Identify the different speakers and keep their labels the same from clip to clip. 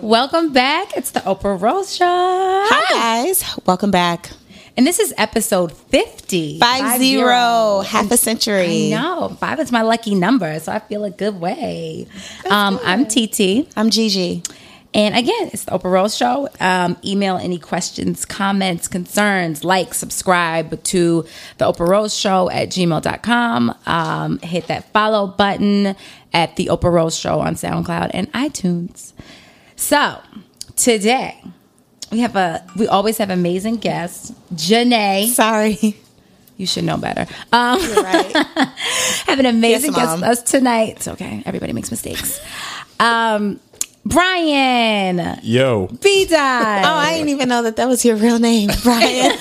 Speaker 1: Welcome back. It's the Oprah Rose Show.
Speaker 2: Hi guys, welcome back.
Speaker 1: And this is episode 50.
Speaker 2: Five, five zero, half a century.
Speaker 1: I know. Five is my lucky number, so I feel a good way. Um, I'm TT.
Speaker 2: I'm Gigi.
Speaker 1: And again, it's the Oprah Rose Show. Um, email any questions, comments, concerns, like, subscribe to the Oprah Rose Show at gmail.com. Um, hit that follow button at the Oprah Rose Show on SoundCloud and iTunes. So today we have a we always have amazing guests. Janae,
Speaker 2: Sorry. Oh,
Speaker 1: you should know better. Um,
Speaker 2: You're right.
Speaker 1: have an amazing
Speaker 2: Yes,
Speaker 1: guest
Speaker 2: Mom.
Speaker 1: with us tonight. It's okay, everybody makes mistakes. Um, Brian,
Speaker 3: Yo,
Speaker 1: B
Speaker 2: Oh,
Speaker 1: Dot.
Speaker 2: I didn't even know that that was your real name, Brian.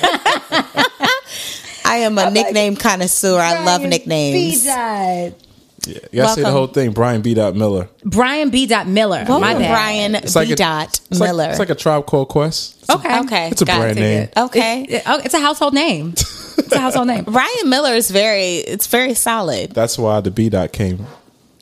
Speaker 2: I am a nickname connoisseur. I love
Speaker 1: B
Speaker 2: nicknames.
Speaker 1: Dot.
Speaker 3: you gotta say the
Speaker 2: Welcome.
Speaker 3: whole thing. Brian B. Dot Miller.
Speaker 1: Brian B Dot Miller. my
Speaker 2: Welcome,
Speaker 1: bad.
Speaker 2: Oh, Brian B.
Speaker 3: like a-
Speaker 2: Dot
Speaker 3: It's like-
Speaker 2: Miller.
Speaker 3: it's like a tribe called Quest.
Speaker 1: Okay.
Speaker 2: okay,
Speaker 3: It's a
Speaker 2: got
Speaker 3: brand
Speaker 2: it.
Speaker 3: name.
Speaker 2: Okay,
Speaker 1: It- oh, it's a household name. It's a household name.
Speaker 2: Brian Miller is very. It's very solid.
Speaker 3: That's why the B. Dot came.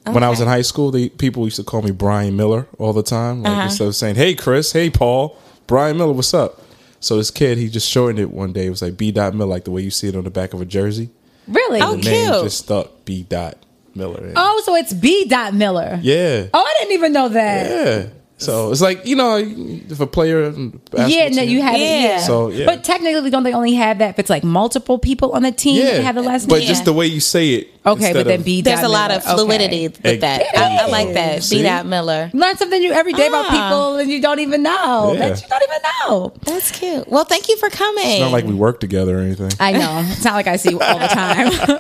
Speaker 3: When I was in high school, the people used to call me Brian Miller all the time.
Speaker 1: Uh-huh.
Speaker 3: Like instead of saying, "Hey Chris," "Hey Paul," Brian Miller, what's up? So this kid, he just shortened it one day. It was like B. Dot Miller, like the way you see it on the back of a jersey.
Speaker 1: Really?
Speaker 2: Oh,
Speaker 3: The name
Speaker 2: Cute.
Speaker 3: just stuck. B. Dot Miller. And-
Speaker 1: Oh, so it's B Dot Miller.
Speaker 3: Yeah.
Speaker 1: Oh, I didn't even know that.
Speaker 3: Yeah. So it's like you know, if a player, basketball
Speaker 1: Yeah, no,
Speaker 3: team-
Speaker 1: you have it.
Speaker 2: Yeah.
Speaker 1: Yeah.
Speaker 3: So, yeah.
Speaker 1: But technically, don't they only have that if it's like multiple people on the team that have the last
Speaker 3: but
Speaker 1: name?
Speaker 3: just the way you say it.
Speaker 1: okay, but
Speaker 3: instead
Speaker 1: then
Speaker 3: of-
Speaker 1: B.
Speaker 2: There's
Speaker 1: dot
Speaker 2: a lot of
Speaker 1: Miller.
Speaker 2: fluidity
Speaker 1: Okay.
Speaker 2: with that. I, I like that. B.
Speaker 3: See?
Speaker 2: Dot Miller.
Speaker 1: Learn something new every day about
Speaker 2: Ah.
Speaker 1: people, and you don't even know
Speaker 3: Yeah.
Speaker 1: that you don't even know.
Speaker 2: That's cute. Well, thank you for coming.
Speaker 3: Not like we work together or anything.
Speaker 1: I know. It's not like I see you all the time.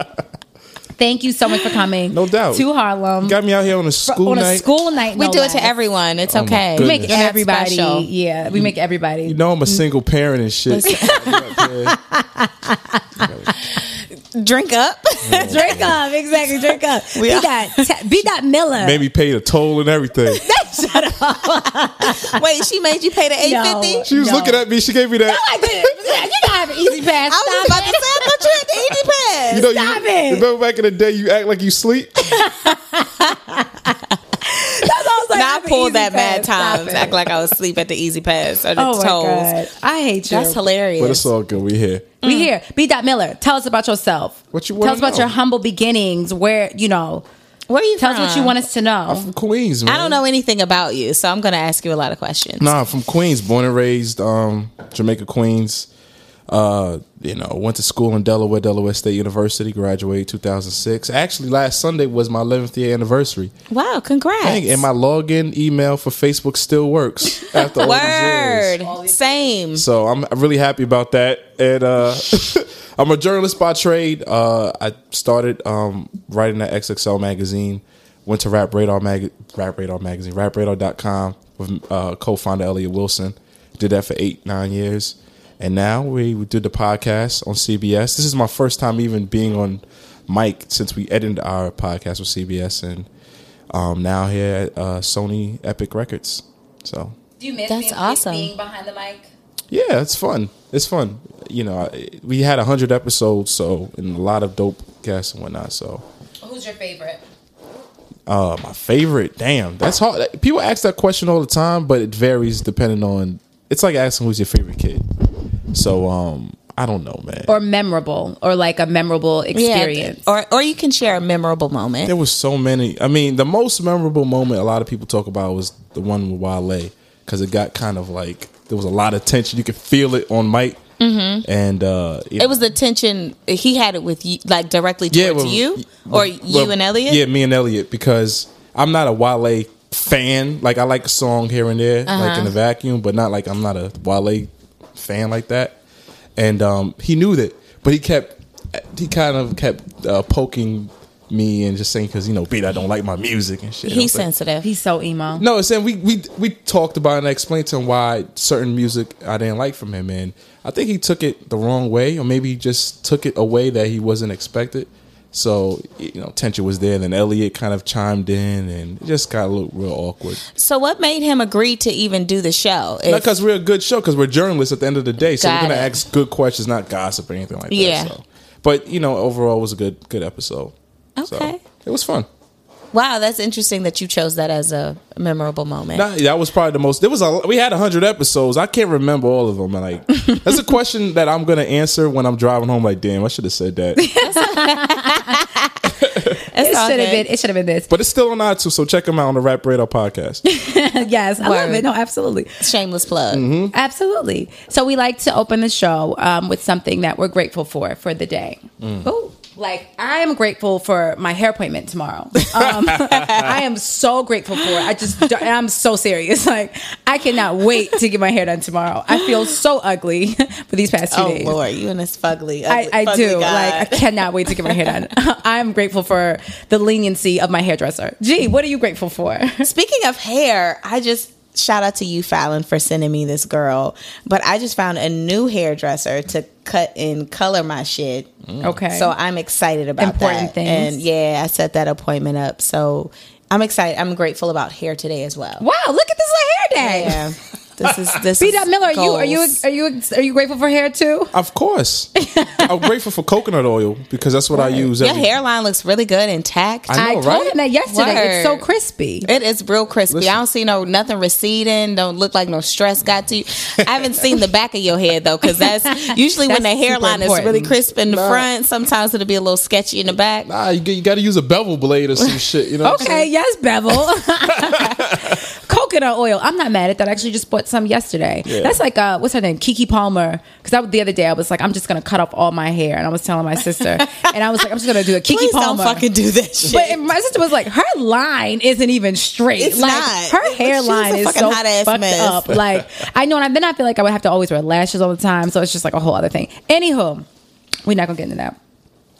Speaker 1: Thank you so much for coming.
Speaker 3: No doubt.
Speaker 1: To Harlem.
Speaker 3: Got me out here on a school
Speaker 1: on a
Speaker 3: night.
Speaker 1: school night.
Speaker 2: we
Speaker 1: no
Speaker 2: do it
Speaker 1: less.
Speaker 2: to everyone. It's okay.
Speaker 1: We
Speaker 3: Oh goodness.
Speaker 1: make
Speaker 2: You're not
Speaker 1: everybody.
Speaker 2: special.
Speaker 1: Yeah, we make everybody.
Speaker 3: You know I'm a single parent and shit. Yeah.
Speaker 2: Drink up.
Speaker 1: Drink up, exactly. Drink up.
Speaker 2: We
Speaker 1: B
Speaker 2: are-
Speaker 1: dot Te- B dot Miller.
Speaker 3: Made me pay the toll and everything.
Speaker 2: Wait, she made you pay the eight fifty.
Speaker 1: No.
Speaker 3: She was looking at me. She gave me that.
Speaker 1: I did. You gotta have an easy pass.
Speaker 2: I was
Speaker 1: Stop
Speaker 2: about to say I thought you had the eighty pass.
Speaker 3: you know,
Speaker 1: stop
Speaker 3: you,
Speaker 1: it.
Speaker 3: Remember back in the day, you act like you sleep.
Speaker 1: it. That's all I was like,
Speaker 2: Now I
Speaker 1: have an
Speaker 2: pulled
Speaker 1: easy
Speaker 2: that mad
Speaker 1: pass. Stop
Speaker 2: times.
Speaker 1: it.
Speaker 2: Act like I was asleep at the easy pass or the
Speaker 1: Oh my
Speaker 2: tolls.
Speaker 1: god, I hate you.
Speaker 2: That's hilarious.
Speaker 3: But it's all good. We here.
Speaker 2: Mm.
Speaker 1: We here. B. Dot Miller. Tell us about yourself.
Speaker 3: What you wanna
Speaker 1: Tell us about
Speaker 3: know?
Speaker 1: your humble beginnings. Where you know.
Speaker 2: Where are you
Speaker 1: Tell us what you
Speaker 2: from?
Speaker 1: want us to know.
Speaker 3: From Queens, man.
Speaker 2: I don't know anything about you, so I'm going to ask you a lot of questions.
Speaker 3: Nah, from Queens, born and raised, um, Jamaica, Queens. Uh, you know, went to school in Delaware, Delaware State University. Graduated 2006. Actually, last Sunday was my 11th year anniversary.
Speaker 2: Wow, congrats.
Speaker 3: Dang, and my login email for Facebook still works after all these years.
Speaker 2: Word. Same.
Speaker 3: Mm-hmm. So I'm really happy about that. And uh, I'm a journalist by trade. Uh, I started um, writing at XXL magazine, went to Rap Radar, mag- Rap Radar magazine, rapradar.com with uh, co-founder Elliot Wilson. Did that for eight, nine years. And now we, we did the podcast on CBS. This is my first time even being on mic since we edited our podcast with CBS. And um, now here at uh, Sony Epic Records. So
Speaker 1: Do you miss
Speaker 2: That's being- awesome. being
Speaker 1: behind the mic?
Speaker 3: yeah, it's fun. It's fun. You know, I- we had hundred episodes, so and a lot of dope guests and whatnot. So,
Speaker 1: Who's your favorite?
Speaker 3: uh, my favorite, damn, that's hard. People ask that question all the time, but it varies depending on. It's like asking who's your favorite kid. So, um, I don't know, man.
Speaker 1: Or memorable, or like a memorable experience.
Speaker 2: Yeah, or or you can share a memorable moment.
Speaker 3: there was so many. I mean, the most memorable moment a lot of people talk about was the one with Wale because it got kind of like there was a lot of tension. You could feel it on mic, mm-hmm. and uh, you
Speaker 2: It was the tension he had it with you, like directly towards
Speaker 3: well,
Speaker 2: you,
Speaker 3: well,
Speaker 2: or you
Speaker 3: well,
Speaker 2: and Elliot.
Speaker 3: Yeah, me and Elliot because I'm not a Wale fan. Like I like a song here and there, like in
Speaker 2: Uh-huh.
Speaker 3: the vacuum, but not like I'm not a Wale fan like that. And um, he knew that, but he kept he kind of kept uh, poking me and just saying because you know, beat I don't like my music and shit. I
Speaker 2: He's
Speaker 3: was like-
Speaker 2: sensitive.
Speaker 1: He's so emo.
Speaker 3: No, it's saying we we we talked about and I explained to him why certain music I didn't like from him, and I think he took it the wrong way, or maybe he just took it a way that he wasn't expected. So you know, tension was there, and then Elliot kind of chimed in, and it just got a little real awkward.
Speaker 2: so what made him agree to even do the show? If-
Speaker 3: Not because we're a good show, because we're journalists at the end of the day, so
Speaker 2: Got
Speaker 3: we're gonna
Speaker 2: it.
Speaker 3: ask good questions, not gossip or anything like
Speaker 2: Yeah.
Speaker 3: that. So. But you know, overall, it was a good good episode.
Speaker 2: Okay.
Speaker 3: so, it was fun.
Speaker 2: wow, that's interesting that you chose that as a memorable moment.
Speaker 3: Nah, that was probably the most. There was a we had hundred episodes. I can't remember all of them. And like, that's a question that I'm gonna answer when I'm driving home. Like, damn, I should have said that.
Speaker 2: It's
Speaker 1: It
Speaker 2: all
Speaker 1: should have
Speaker 2: good.
Speaker 1: been. It should have been this.
Speaker 3: But it's still on iTunes, so check them out on the Rap Radar podcast.
Speaker 1: yes, I love
Speaker 2: Word.
Speaker 1: it. No, absolutely.
Speaker 2: shameless plug.
Speaker 1: Absolutely. So we like to open the show um, with something that we're grateful for for the day. Ooh, like I am grateful for my hair appointment tomorrow. Um, I am so grateful for it. I just don't- I'm so serious. Like I cannot wait to get my hair done tomorrow. I feel so ugly for these past two
Speaker 2: Oh
Speaker 1: days.
Speaker 2: Lord, you and this fugly.
Speaker 1: I,
Speaker 2: ugly-
Speaker 1: I
Speaker 2: fugly
Speaker 1: do.
Speaker 2: guy.
Speaker 1: Like, I cannot wait to get my hair done. I'm grateful for the leniency of my hairdresser. Gee, what are you grateful for?
Speaker 2: Speaking of hair, I just shout out to you, Fallon, for sending me this girl. But I just found a new hairdresser to cut and color my shit.
Speaker 1: Okay.
Speaker 2: So I'm excited about
Speaker 1: Important
Speaker 2: that.
Speaker 1: things.
Speaker 2: And yeah, I set that appointment up. So I'm excited. I'm grateful about hair today as well.
Speaker 1: wow, look at this little hair day.
Speaker 2: Yeah. This is this.
Speaker 1: B.
Speaker 2: is
Speaker 1: Dot Miller, are you are you
Speaker 2: goals.
Speaker 1: are you are you grateful for hair too?
Speaker 3: Of course, I'm grateful for coconut oil because that's what I use.
Speaker 2: Your
Speaker 3: every-
Speaker 2: hairline looks really good intact.
Speaker 3: I know,
Speaker 1: I told
Speaker 3: right?
Speaker 1: him that yesterday. It's so
Speaker 2: Word.
Speaker 1: crispy.
Speaker 2: It is real crispy.
Speaker 3: Listen.
Speaker 2: I don't see no nothing receding. Don't look like no stress got to you. I haven't seen the back of your head though, because that's usually when the
Speaker 1: That's super
Speaker 2: hairline is
Speaker 1: important.
Speaker 2: really crisp in the
Speaker 3: Nah.
Speaker 2: front. Sometimes it'll be a little sketchy in the back.
Speaker 3: Nah, Ah, you, got to use a bevel blade or some shit. You know. what I'm
Speaker 1: Okay,
Speaker 3: saying?
Speaker 1: yes, Bevel. Coconut oil. I'm not mad at that. I actually just bought some yesterday.
Speaker 3: Yeah.
Speaker 1: That's like uh, what's her name, Kiki Palmer. Because the other day I was like, I'm just gonna cut off all my hair, and I was telling my sister, and I was like, I'm just gonna do a Kiki
Speaker 2: Please
Speaker 1: Palmer.
Speaker 2: don't fucking do that shit.
Speaker 1: but and my sister was like, her line isn't even straight.
Speaker 2: It's
Speaker 1: like
Speaker 2: not.
Speaker 1: her
Speaker 2: She was a
Speaker 1: hairline is
Speaker 2: fucking
Speaker 1: so
Speaker 2: hot-ass
Speaker 1: fucked
Speaker 2: mess.
Speaker 1: up. Like I know, and then I feel like I would have to always wear lashes all the time. So it's just like a whole other thing. Anywho, we're not gonna get into that.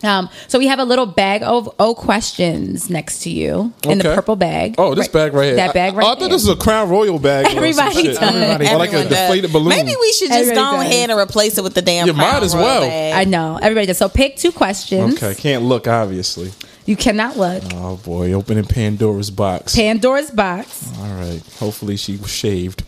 Speaker 1: Um, so we have a little bag of O questions next to you in the
Speaker 3: Okay.
Speaker 1: purple bag.
Speaker 3: Oh, this bag right here.
Speaker 1: That bag right
Speaker 3: I, I thought
Speaker 1: there.
Speaker 3: this was a Crown Royal bag. or some
Speaker 1: Everybody
Speaker 3: shit.
Speaker 1: does. Everybody
Speaker 3: Or like a
Speaker 2: Everyone does.
Speaker 3: deflated balloon.
Speaker 2: Maybe we should just
Speaker 1: Everybody
Speaker 2: go
Speaker 1: does.
Speaker 2: ahead and replace it with the damn.
Speaker 3: You might
Speaker 2: Crown
Speaker 3: as
Speaker 2: Royal
Speaker 3: well.
Speaker 2: bag.
Speaker 1: I know. Everybody does. So pick two questions.
Speaker 3: Okay, can't look obviously.
Speaker 1: You cannot look.
Speaker 3: Oh boy, opening Pandora's box.
Speaker 1: Pandora's box.
Speaker 3: All right. Hopefully she was shaved.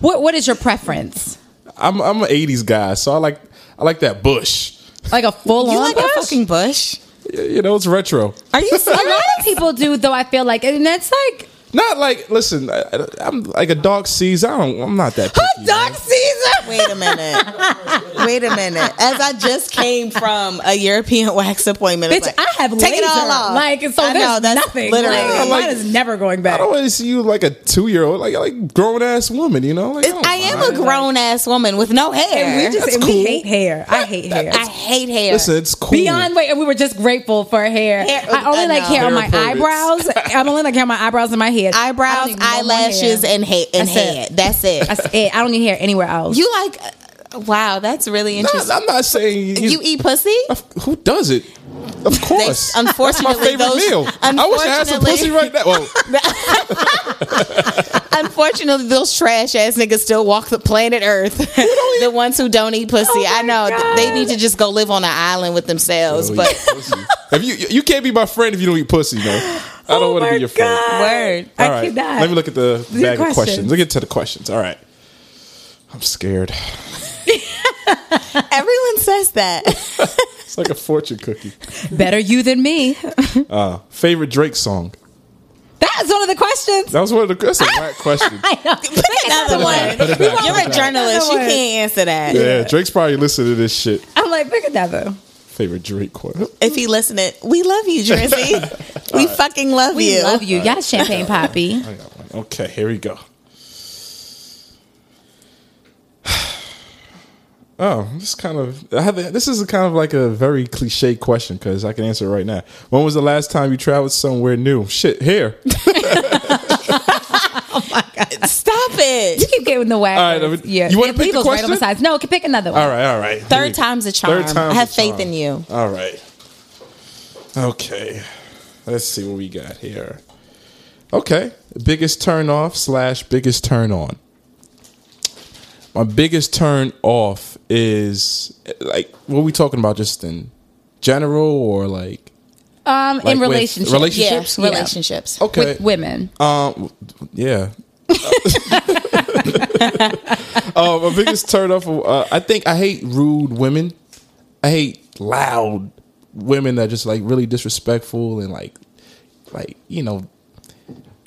Speaker 1: What what is your preference?
Speaker 3: I'm I'm an '80s guy, so I like I like that bush.
Speaker 1: Like a full
Speaker 2: You
Speaker 1: on
Speaker 2: like
Speaker 1: bush?
Speaker 2: a fucking bush?
Speaker 3: Y- You know, it's retro.
Speaker 2: Are you
Speaker 1: a lot
Speaker 2: serious?
Speaker 1: of people do though, I feel like. And that's like
Speaker 3: Not like listen. I, I- I'm like a dog sees. I don't. I'm not that. Picky,
Speaker 1: Doc Caesar.
Speaker 2: Wait a minute. Wait a minute. As I just came from a European wax appointment,
Speaker 1: Bitch,
Speaker 2: it's like,
Speaker 1: I have
Speaker 2: take it all
Speaker 1: laser.
Speaker 2: off.
Speaker 1: Like so
Speaker 2: I
Speaker 1: there's
Speaker 2: know, that's
Speaker 1: nothing.
Speaker 2: Literally,
Speaker 1: Like,
Speaker 3: Like-
Speaker 1: mine is never going
Speaker 3: I
Speaker 1: back.
Speaker 3: don't want to see you like a two year old, like like grown ass woman. You know, like,
Speaker 2: It's-
Speaker 3: don't
Speaker 2: I am
Speaker 3: mind.
Speaker 2: a grown ass woman with no hair.
Speaker 1: And we just
Speaker 3: That's
Speaker 1: and
Speaker 3: cool.
Speaker 1: we hate hair. I hate hair.
Speaker 2: I hate hair.
Speaker 3: Listen, it's cool.
Speaker 1: Beyond wait, and we were just grateful for hair.
Speaker 2: Hair- uh,
Speaker 1: I only
Speaker 2: I
Speaker 1: like
Speaker 2: know.
Speaker 1: hair on my
Speaker 3: Hair
Speaker 1: eyebrows.
Speaker 3: products.
Speaker 1: I'm only like hair on my eyebrows and my head. I don't
Speaker 2: Eyebrows,
Speaker 1: even want more hair.
Speaker 2: eyelashes, and hair. And
Speaker 1: That's it.
Speaker 2: head. That's it.
Speaker 1: That's it. I don't need hair anywhere else.
Speaker 2: You like? uh, wow, that's really
Speaker 3: Nah,
Speaker 2: interesting.
Speaker 3: I'm not saying you.
Speaker 2: you eat pussy?
Speaker 3: who does it? Of
Speaker 2: They-
Speaker 3: course.
Speaker 2: unfortunately,
Speaker 3: Favorite
Speaker 2: those,
Speaker 3: meal. I wish I had some
Speaker 2: unfortunately-
Speaker 3: pussy right now. Well,
Speaker 2: Unfortunately, those trash ass niggas still walk the planet Earth. the ones who don't eat pussy,
Speaker 1: Oh
Speaker 2: I know
Speaker 1: my God.
Speaker 2: they need to just go live on an island with themselves.
Speaker 3: Don't eat
Speaker 2: But
Speaker 3: oh, pussy. if you you can't be my friend if you don't eat pussy, though. I don't
Speaker 2: Oh
Speaker 3: want to
Speaker 1: my
Speaker 3: be your
Speaker 1: God.
Speaker 3: friend.
Speaker 2: word,
Speaker 1: I
Speaker 3: All right,
Speaker 1: cannot.
Speaker 3: let me look at the
Speaker 1: Your
Speaker 3: bag of
Speaker 1: questions.
Speaker 3: questions. Let's get to the questions. All right, I'm scared.
Speaker 2: everyone says that.
Speaker 3: It's like a fortune cookie.
Speaker 1: Better you than me.
Speaker 3: Uh, favorite Drake song?
Speaker 1: That's one of the questions.
Speaker 3: That was one of the. That's a whack question.
Speaker 1: I know.
Speaker 2: Pick another one.
Speaker 3: Put it back,
Speaker 2: You're
Speaker 3: put
Speaker 2: a
Speaker 3: it back.
Speaker 2: journalist. You
Speaker 1: Another one.
Speaker 2: can't answer that.
Speaker 3: Yeah, Drake's probably listening to this shit.
Speaker 1: I'm like, pick another.
Speaker 3: Favorite Drake Oh, question.
Speaker 2: If he listening, we love you, Drizzy. we fucking love
Speaker 1: We
Speaker 2: you.
Speaker 1: love you. Yes, Champagne Poppy.
Speaker 3: I got one. Okay, here we go. Oh, this kind of I have, this is kind of like a very cliche question because I can answer it right now. When was the last time you traveled somewhere new? Shit, here.
Speaker 2: Stop it.
Speaker 1: You keep getting the whack.
Speaker 3: All right, I mean,
Speaker 1: yeah.
Speaker 3: you wanna
Speaker 1: Yeah,
Speaker 3: pick the
Speaker 1: Beagle's right
Speaker 3: question?
Speaker 1: on my sides. No, can pick another one.
Speaker 3: All right, all right. Here we
Speaker 2: Third
Speaker 3: go.
Speaker 2: time's a charm.
Speaker 3: time's
Speaker 2: I have
Speaker 3: a
Speaker 2: faith
Speaker 3: charm.
Speaker 2: in you.
Speaker 3: All right. Okay. Let's see what we got here. Okay. Biggest turn off slash biggest turn on. My biggest turn off is like what are we talking about just in general or like
Speaker 1: Um,
Speaker 3: Like
Speaker 1: in
Speaker 3: with
Speaker 1: relationships,
Speaker 3: relationships?
Speaker 1: Yeah.
Speaker 2: Relationships.
Speaker 3: okay
Speaker 1: with women.
Speaker 3: Um, yeah. uh, my biggest turn off. Uh, I think I hate rude women. I hate loud women that just like really disrespectful and like, like you know,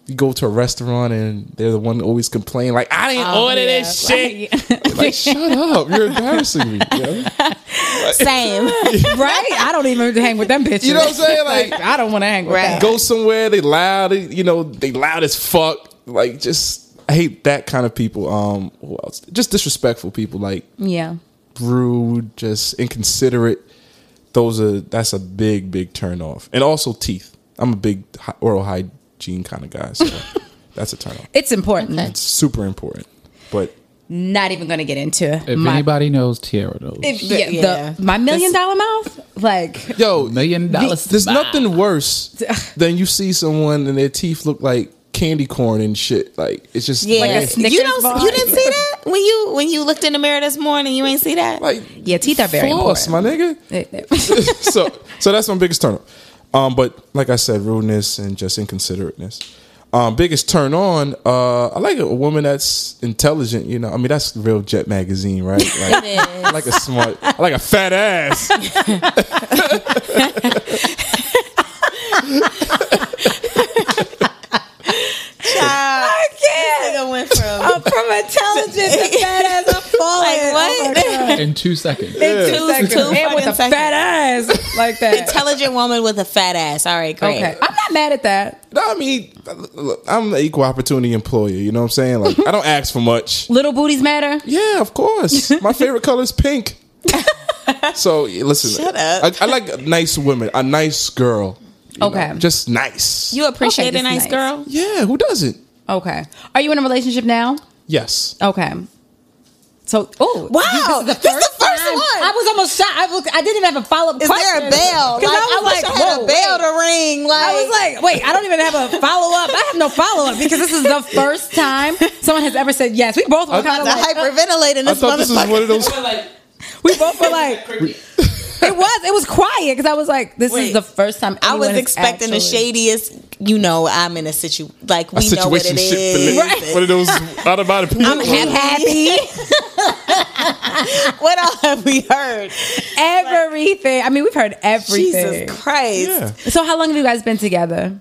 Speaker 3: you go to a restaurant and they're the one that always complain like I didn't order this
Speaker 1: Yeah.
Speaker 3: shit. Like shut up, you're embarrassing me. yo.
Speaker 2: Same.
Speaker 1: right? I don't even hang with them bitches.
Speaker 3: You know what I'm saying? Like
Speaker 1: I don't want to hang with them.
Speaker 2: Right.
Speaker 3: go somewhere they loud they- you know they loud as fuck like just i hate that kind of people um who else? just disrespectful people like
Speaker 1: Yeah.
Speaker 3: rude just inconsiderate those are that's a big big turn off and also teeth i'm a big hy- oral hygiene kind of guy so that's a turn off
Speaker 1: It's important.
Speaker 2: Okay.
Speaker 3: super important but
Speaker 1: Not even going to get into
Speaker 4: If
Speaker 1: my
Speaker 4: anybody knows, Tiara knows.
Speaker 1: if- yeah, the-
Speaker 2: Yeah.
Speaker 1: my million dollar mouth. Like
Speaker 3: yo
Speaker 4: Million dollar
Speaker 3: there's
Speaker 4: smile.
Speaker 3: nothing worse than you see someone and their teeth look like candy corn and shit like it's just
Speaker 2: Yeah.
Speaker 1: a Snickers
Speaker 2: you don't.
Speaker 1: bar.
Speaker 2: You didn't see that when you when you looked in the mirror this morning. You ain't see that.
Speaker 3: like
Speaker 1: yeah, teeth are very
Speaker 3: floss,
Speaker 1: important.
Speaker 3: my nigga so so that's my biggest turn off. Um, but like I said, rudeness and just inconsiderateness. Um, biggest turn on. Uh, I like a woman that's intelligent. You know, I mean that's real Jet magazine, right? Like, I like a smart, I like a fat ass.
Speaker 2: I can't. Nigga went from
Speaker 1: I'm from intelligent to fat ass. I'm falling. Oh
Speaker 2: Like, what?
Speaker 4: in two seconds.
Speaker 2: two, two
Speaker 1: and with
Speaker 2: fucking
Speaker 1: a
Speaker 2: seconds.
Speaker 1: fat ass like that.
Speaker 2: intelligent woman with a fat ass. All right, great.
Speaker 1: Okay, I'm not mad at that.
Speaker 3: No, I mean, look, I'm an equal opportunity employer. You know what I'm saying? Like I don't ask for much.
Speaker 1: Little booties matter.
Speaker 3: Yeah, of course. My favorite color is pink. so yeah, listen,
Speaker 2: Shut up.
Speaker 3: I, I like nice women, a nice girl. you
Speaker 1: Okay.
Speaker 3: just nice.
Speaker 2: You appreciate
Speaker 1: Okay,
Speaker 2: a nice,
Speaker 1: that's nice.
Speaker 2: girl.
Speaker 3: yeah, who doesn't?
Speaker 1: Okay, are you in a relationship now?
Speaker 3: Yes.
Speaker 2: Uh,
Speaker 1: Okay. So, oh
Speaker 2: Wow,
Speaker 1: this is the first,
Speaker 2: this is the first
Speaker 1: time.
Speaker 2: one.
Speaker 1: I was almost shocked. I, was, I didn't even have a follow up.
Speaker 2: Is there a bell? Like, I, was like, I had a bell to ring. Like,
Speaker 1: I was like, wait, I don't even have a follow up. I have no follow up because this is the first time someone has ever said yes. We both were kind
Speaker 2: the
Speaker 1: of like, uh,
Speaker 2: hyperventilating
Speaker 3: I
Speaker 2: this
Speaker 3: thought this was one
Speaker 2: motherfucker.
Speaker 3: of those.
Speaker 1: we both were like, it was, it was quiet because I was like, this is
Speaker 2: Wait.
Speaker 1: the first time
Speaker 2: I was
Speaker 1: anyone has
Speaker 2: expecting the
Speaker 1: actually-
Speaker 2: shadiest. You know, I'm in a situ like we know what it
Speaker 3: situation shit
Speaker 2: is.
Speaker 3: Right. One of those out of body people.
Speaker 2: I'm happy. what else have we heard?
Speaker 1: Everything. I mean, we've heard everything.
Speaker 2: Jesus Christ!
Speaker 3: Yeah.
Speaker 1: So, how long have you guys been together?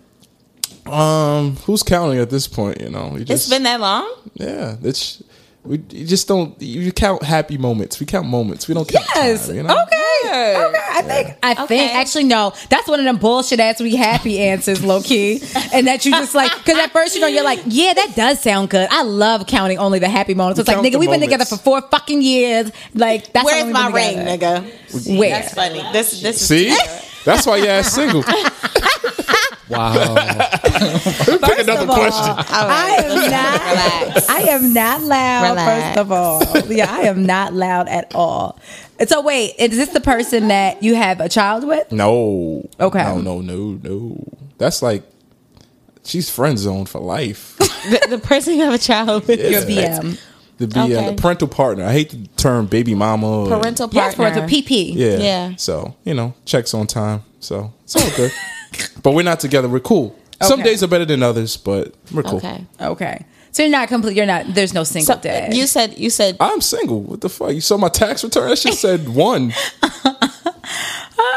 Speaker 3: Um, who's counting at this point? You know, you
Speaker 2: It's
Speaker 3: just
Speaker 2: been that long.
Speaker 3: yeah. It's we you just don't you count happy moments. We count moments. We don't count
Speaker 1: Yes.
Speaker 3: time. You know,
Speaker 1: Okay. Okay. I think. I think.
Speaker 2: Okay.
Speaker 1: Actually, no. That's one of them bullshit ass we happy answers, low key, and that you just like because at first you know you're like, yeah, that does sound good. I love counting only the happy moments. It's like,
Speaker 3: count
Speaker 1: nigga,
Speaker 3: the
Speaker 1: we've been together
Speaker 3: moments.
Speaker 1: for four fucking years. Like, that's how
Speaker 2: Where's
Speaker 1: long we've
Speaker 2: my ring,
Speaker 1: been together.
Speaker 2: nigga?
Speaker 1: Where?
Speaker 2: That's funny. This this is
Speaker 3: see, that's why you ass single.
Speaker 4: Wow.
Speaker 3: Pick another
Speaker 1: of all,
Speaker 3: question.
Speaker 2: All
Speaker 1: I
Speaker 2: right.
Speaker 1: am not.
Speaker 2: Relax.
Speaker 1: I am not loud.
Speaker 2: Relax.
Speaker 1: First of all, yeah, I am not loud at all. And So wait, is this the person that you have a child with?
Speaker 3: No.
Speaker 1: Okay.
Speaker 3: No, no, no, no. That's like she's friend zoned for life.
Speaker 2: the, the person you have a child with.
Speaker 1: Your
Speaker 3: Yeah.
Speaker 1: BM.
Speaker 3: The be
Speaker 2: Okay.
Speaker 3: the parental partner. I hate the term baby mama. or-
Speaker 2: Parental partner.
Speaker 1: Yes, for it's a PP.
Speaker 3: Yeah.
Speaker 2: Yeah.
Speaker 3: So, you know, checks on time. So it's all good. but we're not together. We're cool. Some
Speaker 1: Okay.
Speaker 3: days are better than others, but we're cool.
Speaker 2: Okay.
Speaker 1: Okay. So you're not complete. You're not. There's no single
Speaker 2: So, uh,
Speaker 1: dad.
Speaker 2: you said you said
Speaker 3: I'm single. What the fuck? You saw my tax return? That shit said one.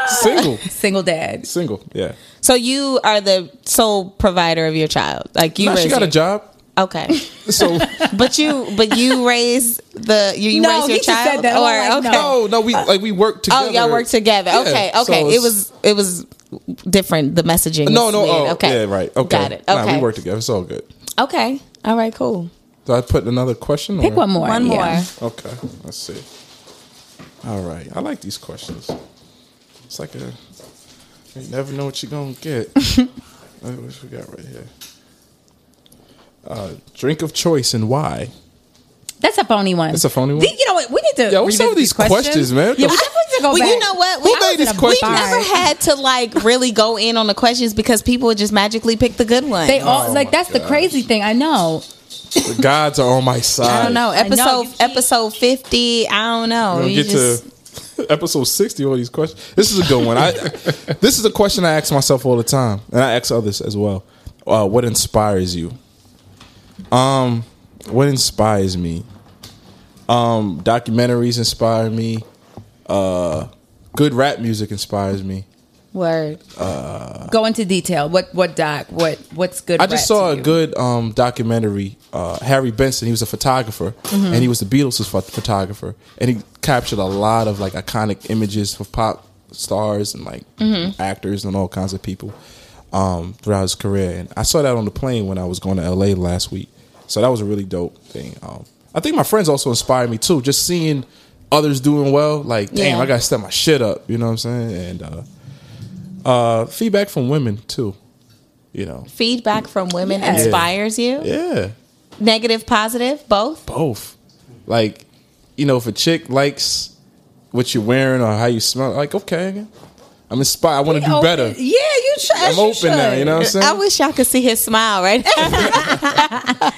Speaker 3: single.
Speaker 1: single dad.
Speaker 3: Single. Yeah.
Speaker 2: so you are the sole provider of your child. Like you
Speaker 3: Nah, she
Speaker 2: raise
Speaker 3: got a
Speaker 2: your-
Speaker 3: job.
Speaker 2: okay,
Speaker 3: So
Speaker 2: but you but you raise the you, you
Speaker 1: No,
Speaker 2: raise
Speaker 1: he
Speaker 2: your
Speaker 1: just said
Speaker 2: child
Speaker 1: that. I'm like,
Speaker 2: or
Speaker 1: no.
Speaker 2: okay.
Speaker 3: no, no, we like we work together.
Speaker 2: Oh, y'all work together.
Speaker 3: Yeah,
Speaker 2: okay,
Speaker 3: so
Speaker 2: okay. it
Speaker 3: it's-
Speaker 2: was it was different. The messaging.
Speaker 3: no,
Speaker 2: was
Speaker 3: no.
Speaker 2: weird.
Speaker 3: Oh,
Speaker 2: okay.
Speaker 3: yeah, right. Okay,
Speaker 2: Got it.
Speaker 3: Nah,
Speaker 2: Okay.
Speaker 3: we work together. It's all good.
Speaker 2: Okay. All right. Cool.
Speaker 3: So I put another question.
Speaker 1: Pick
Speaker 3: or-
Speaker 1: one more.
Speaker 2: One more.
Speaker 1: yeah.
Speaker 3: Okay, let's see. All right, I like these questions. It's like a you never know what you're gonna get. What what we got right here? Uh, drink of choice and why?
Speaker 1: That's a phony one.
Speaker 3: That's a phony one?
Speaker 1: The- you know what? We need to.
Speaker 3: Yeah, what's
Speaker 1: revisit
Speaker 3: up with these questions, man?
Speaker 1: Yeah,
Speaker 3: The
Speaker 1: we definitely need to go
Speaker 2: well, you
Speaker 1: back.
Speaker 2: know what?
Speaker 1: Who
Speaker 2: We,
Speaker 1: made this
Speaker 2: we
Speaker 1: question?
Speaker 2: never had to like really go in on the questions because people would just magically pick the good one.
Speaker 1: They all
Speaker 3: Oh
Speaker 1: like
Speaker 3: my
Speaker 1: that's the
Speaker 3: gosh.
Speaker 1: crazy thing. I know.
Speaker 3: The gods are on my side.
Speaker 2: I don't know.
Speaker 1: I know,
Speaker 2: Episode
Speaker 1: you keep-
Speaker 2: episode fifty. I don't know.
Speaker 3: We're gonna
Speaker 2: You
Speaker 3: get
Speaker 2: just-
Speaker 3: to episode sixty. All these questions. This is a good one. I this is a question I ask myself all the time, and I ask others as well. Uh, what inspires you? Um, what inspires me? Um, documentaries inspire me. Uh, good rap music inspires me.
Speaker 1: Word. Go into detail. What what doc? What what's good?
Speaker 3: Uh, I just
Speaker 1: rap
Speaker 3: saw
Speaker 1: to
Speaker 3: a
Speaker 1: you?
Speaker 3: good um, documentary. Uh, Harry Benson, he was a photographer,
Speaker 1: Mm-hmm.
Speaker 3: and he was the Beatles' pho- photographer, and he captured a lot of like iconic images of pop stars and like
Speaker 1: Mm-hmm.
Speaker 3: actors and all kinds of people um, throughout his career. And I saw that on the plane when I was going to LA last week, so that was a really dope thing. Um, I think my friends also inspired me too, just seeing others doing well. Like, damn,
Speaker 2: Yeah.
Speaker 3: I gotta step my shit up. You know what I'm saying? And uh, uh, feedback from women too. You know,
Speaker 2: feedback from women
Speaker 1: Yeah.
Speaker 2: inspires you.
Speaker 3: yeah,
Speaker 2: Negative, positive, both.
Speaker 3: both. Like, you know, if a chick likes what you're wearing or how you smell, like, okay, I'm inspired. I want to do
Speaker 1: Open-
Speaker 3: better.
Speaker 1: Yeah, you should.
Speaker 3: I'm
Speaker 1: Oh, you
Speaker 3: open now.
Speaker 1: should.
Speaker 3: You know what I'm
Speaker 2: I
Speaker 3: saying?
Speaker 2: wish y'all could see his smile right now.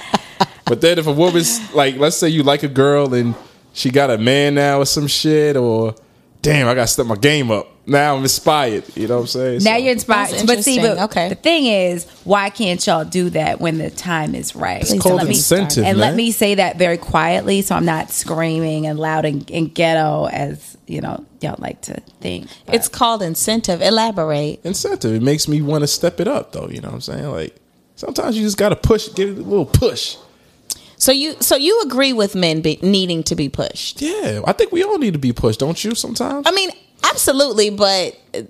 Speaker 3: but then if a woman's like, let's say you like a girl and she got a man now or some shit, or damn, I got to step my game up. Now I'm inspired. You know what I'm saying?
Speaker 1: Now
Speaker 3: So-
Speaker 1: you're
Speaker 2: That's
Speaker 1: inspired. But see, but
Speaker 2: interesting. Okay.
Speaker 1: the thing is, why can't y'all do that when the time is right?
Speaker 3: It's called incentive,
Speaker 1: and let
Speaker 3: man.
Speaker 1: me say that very quietly, so I'm not screaming and loud and, and ghetto as you know y'all like to think. But-
Speaker 2: it's called incentive. Elaborate.
Speaker 3: incentive. It makes me want to step it up, though. You know what I'm saying? Like, sometimes you just got to push, give it a little push.
Speaker 2: So you so you agree with men be, needing to be pushed?
Speaker 3: Yeah, I think we all need to be pushed, don't you? Sometimes.
Speaker 2: I mean, absolutely, but uh,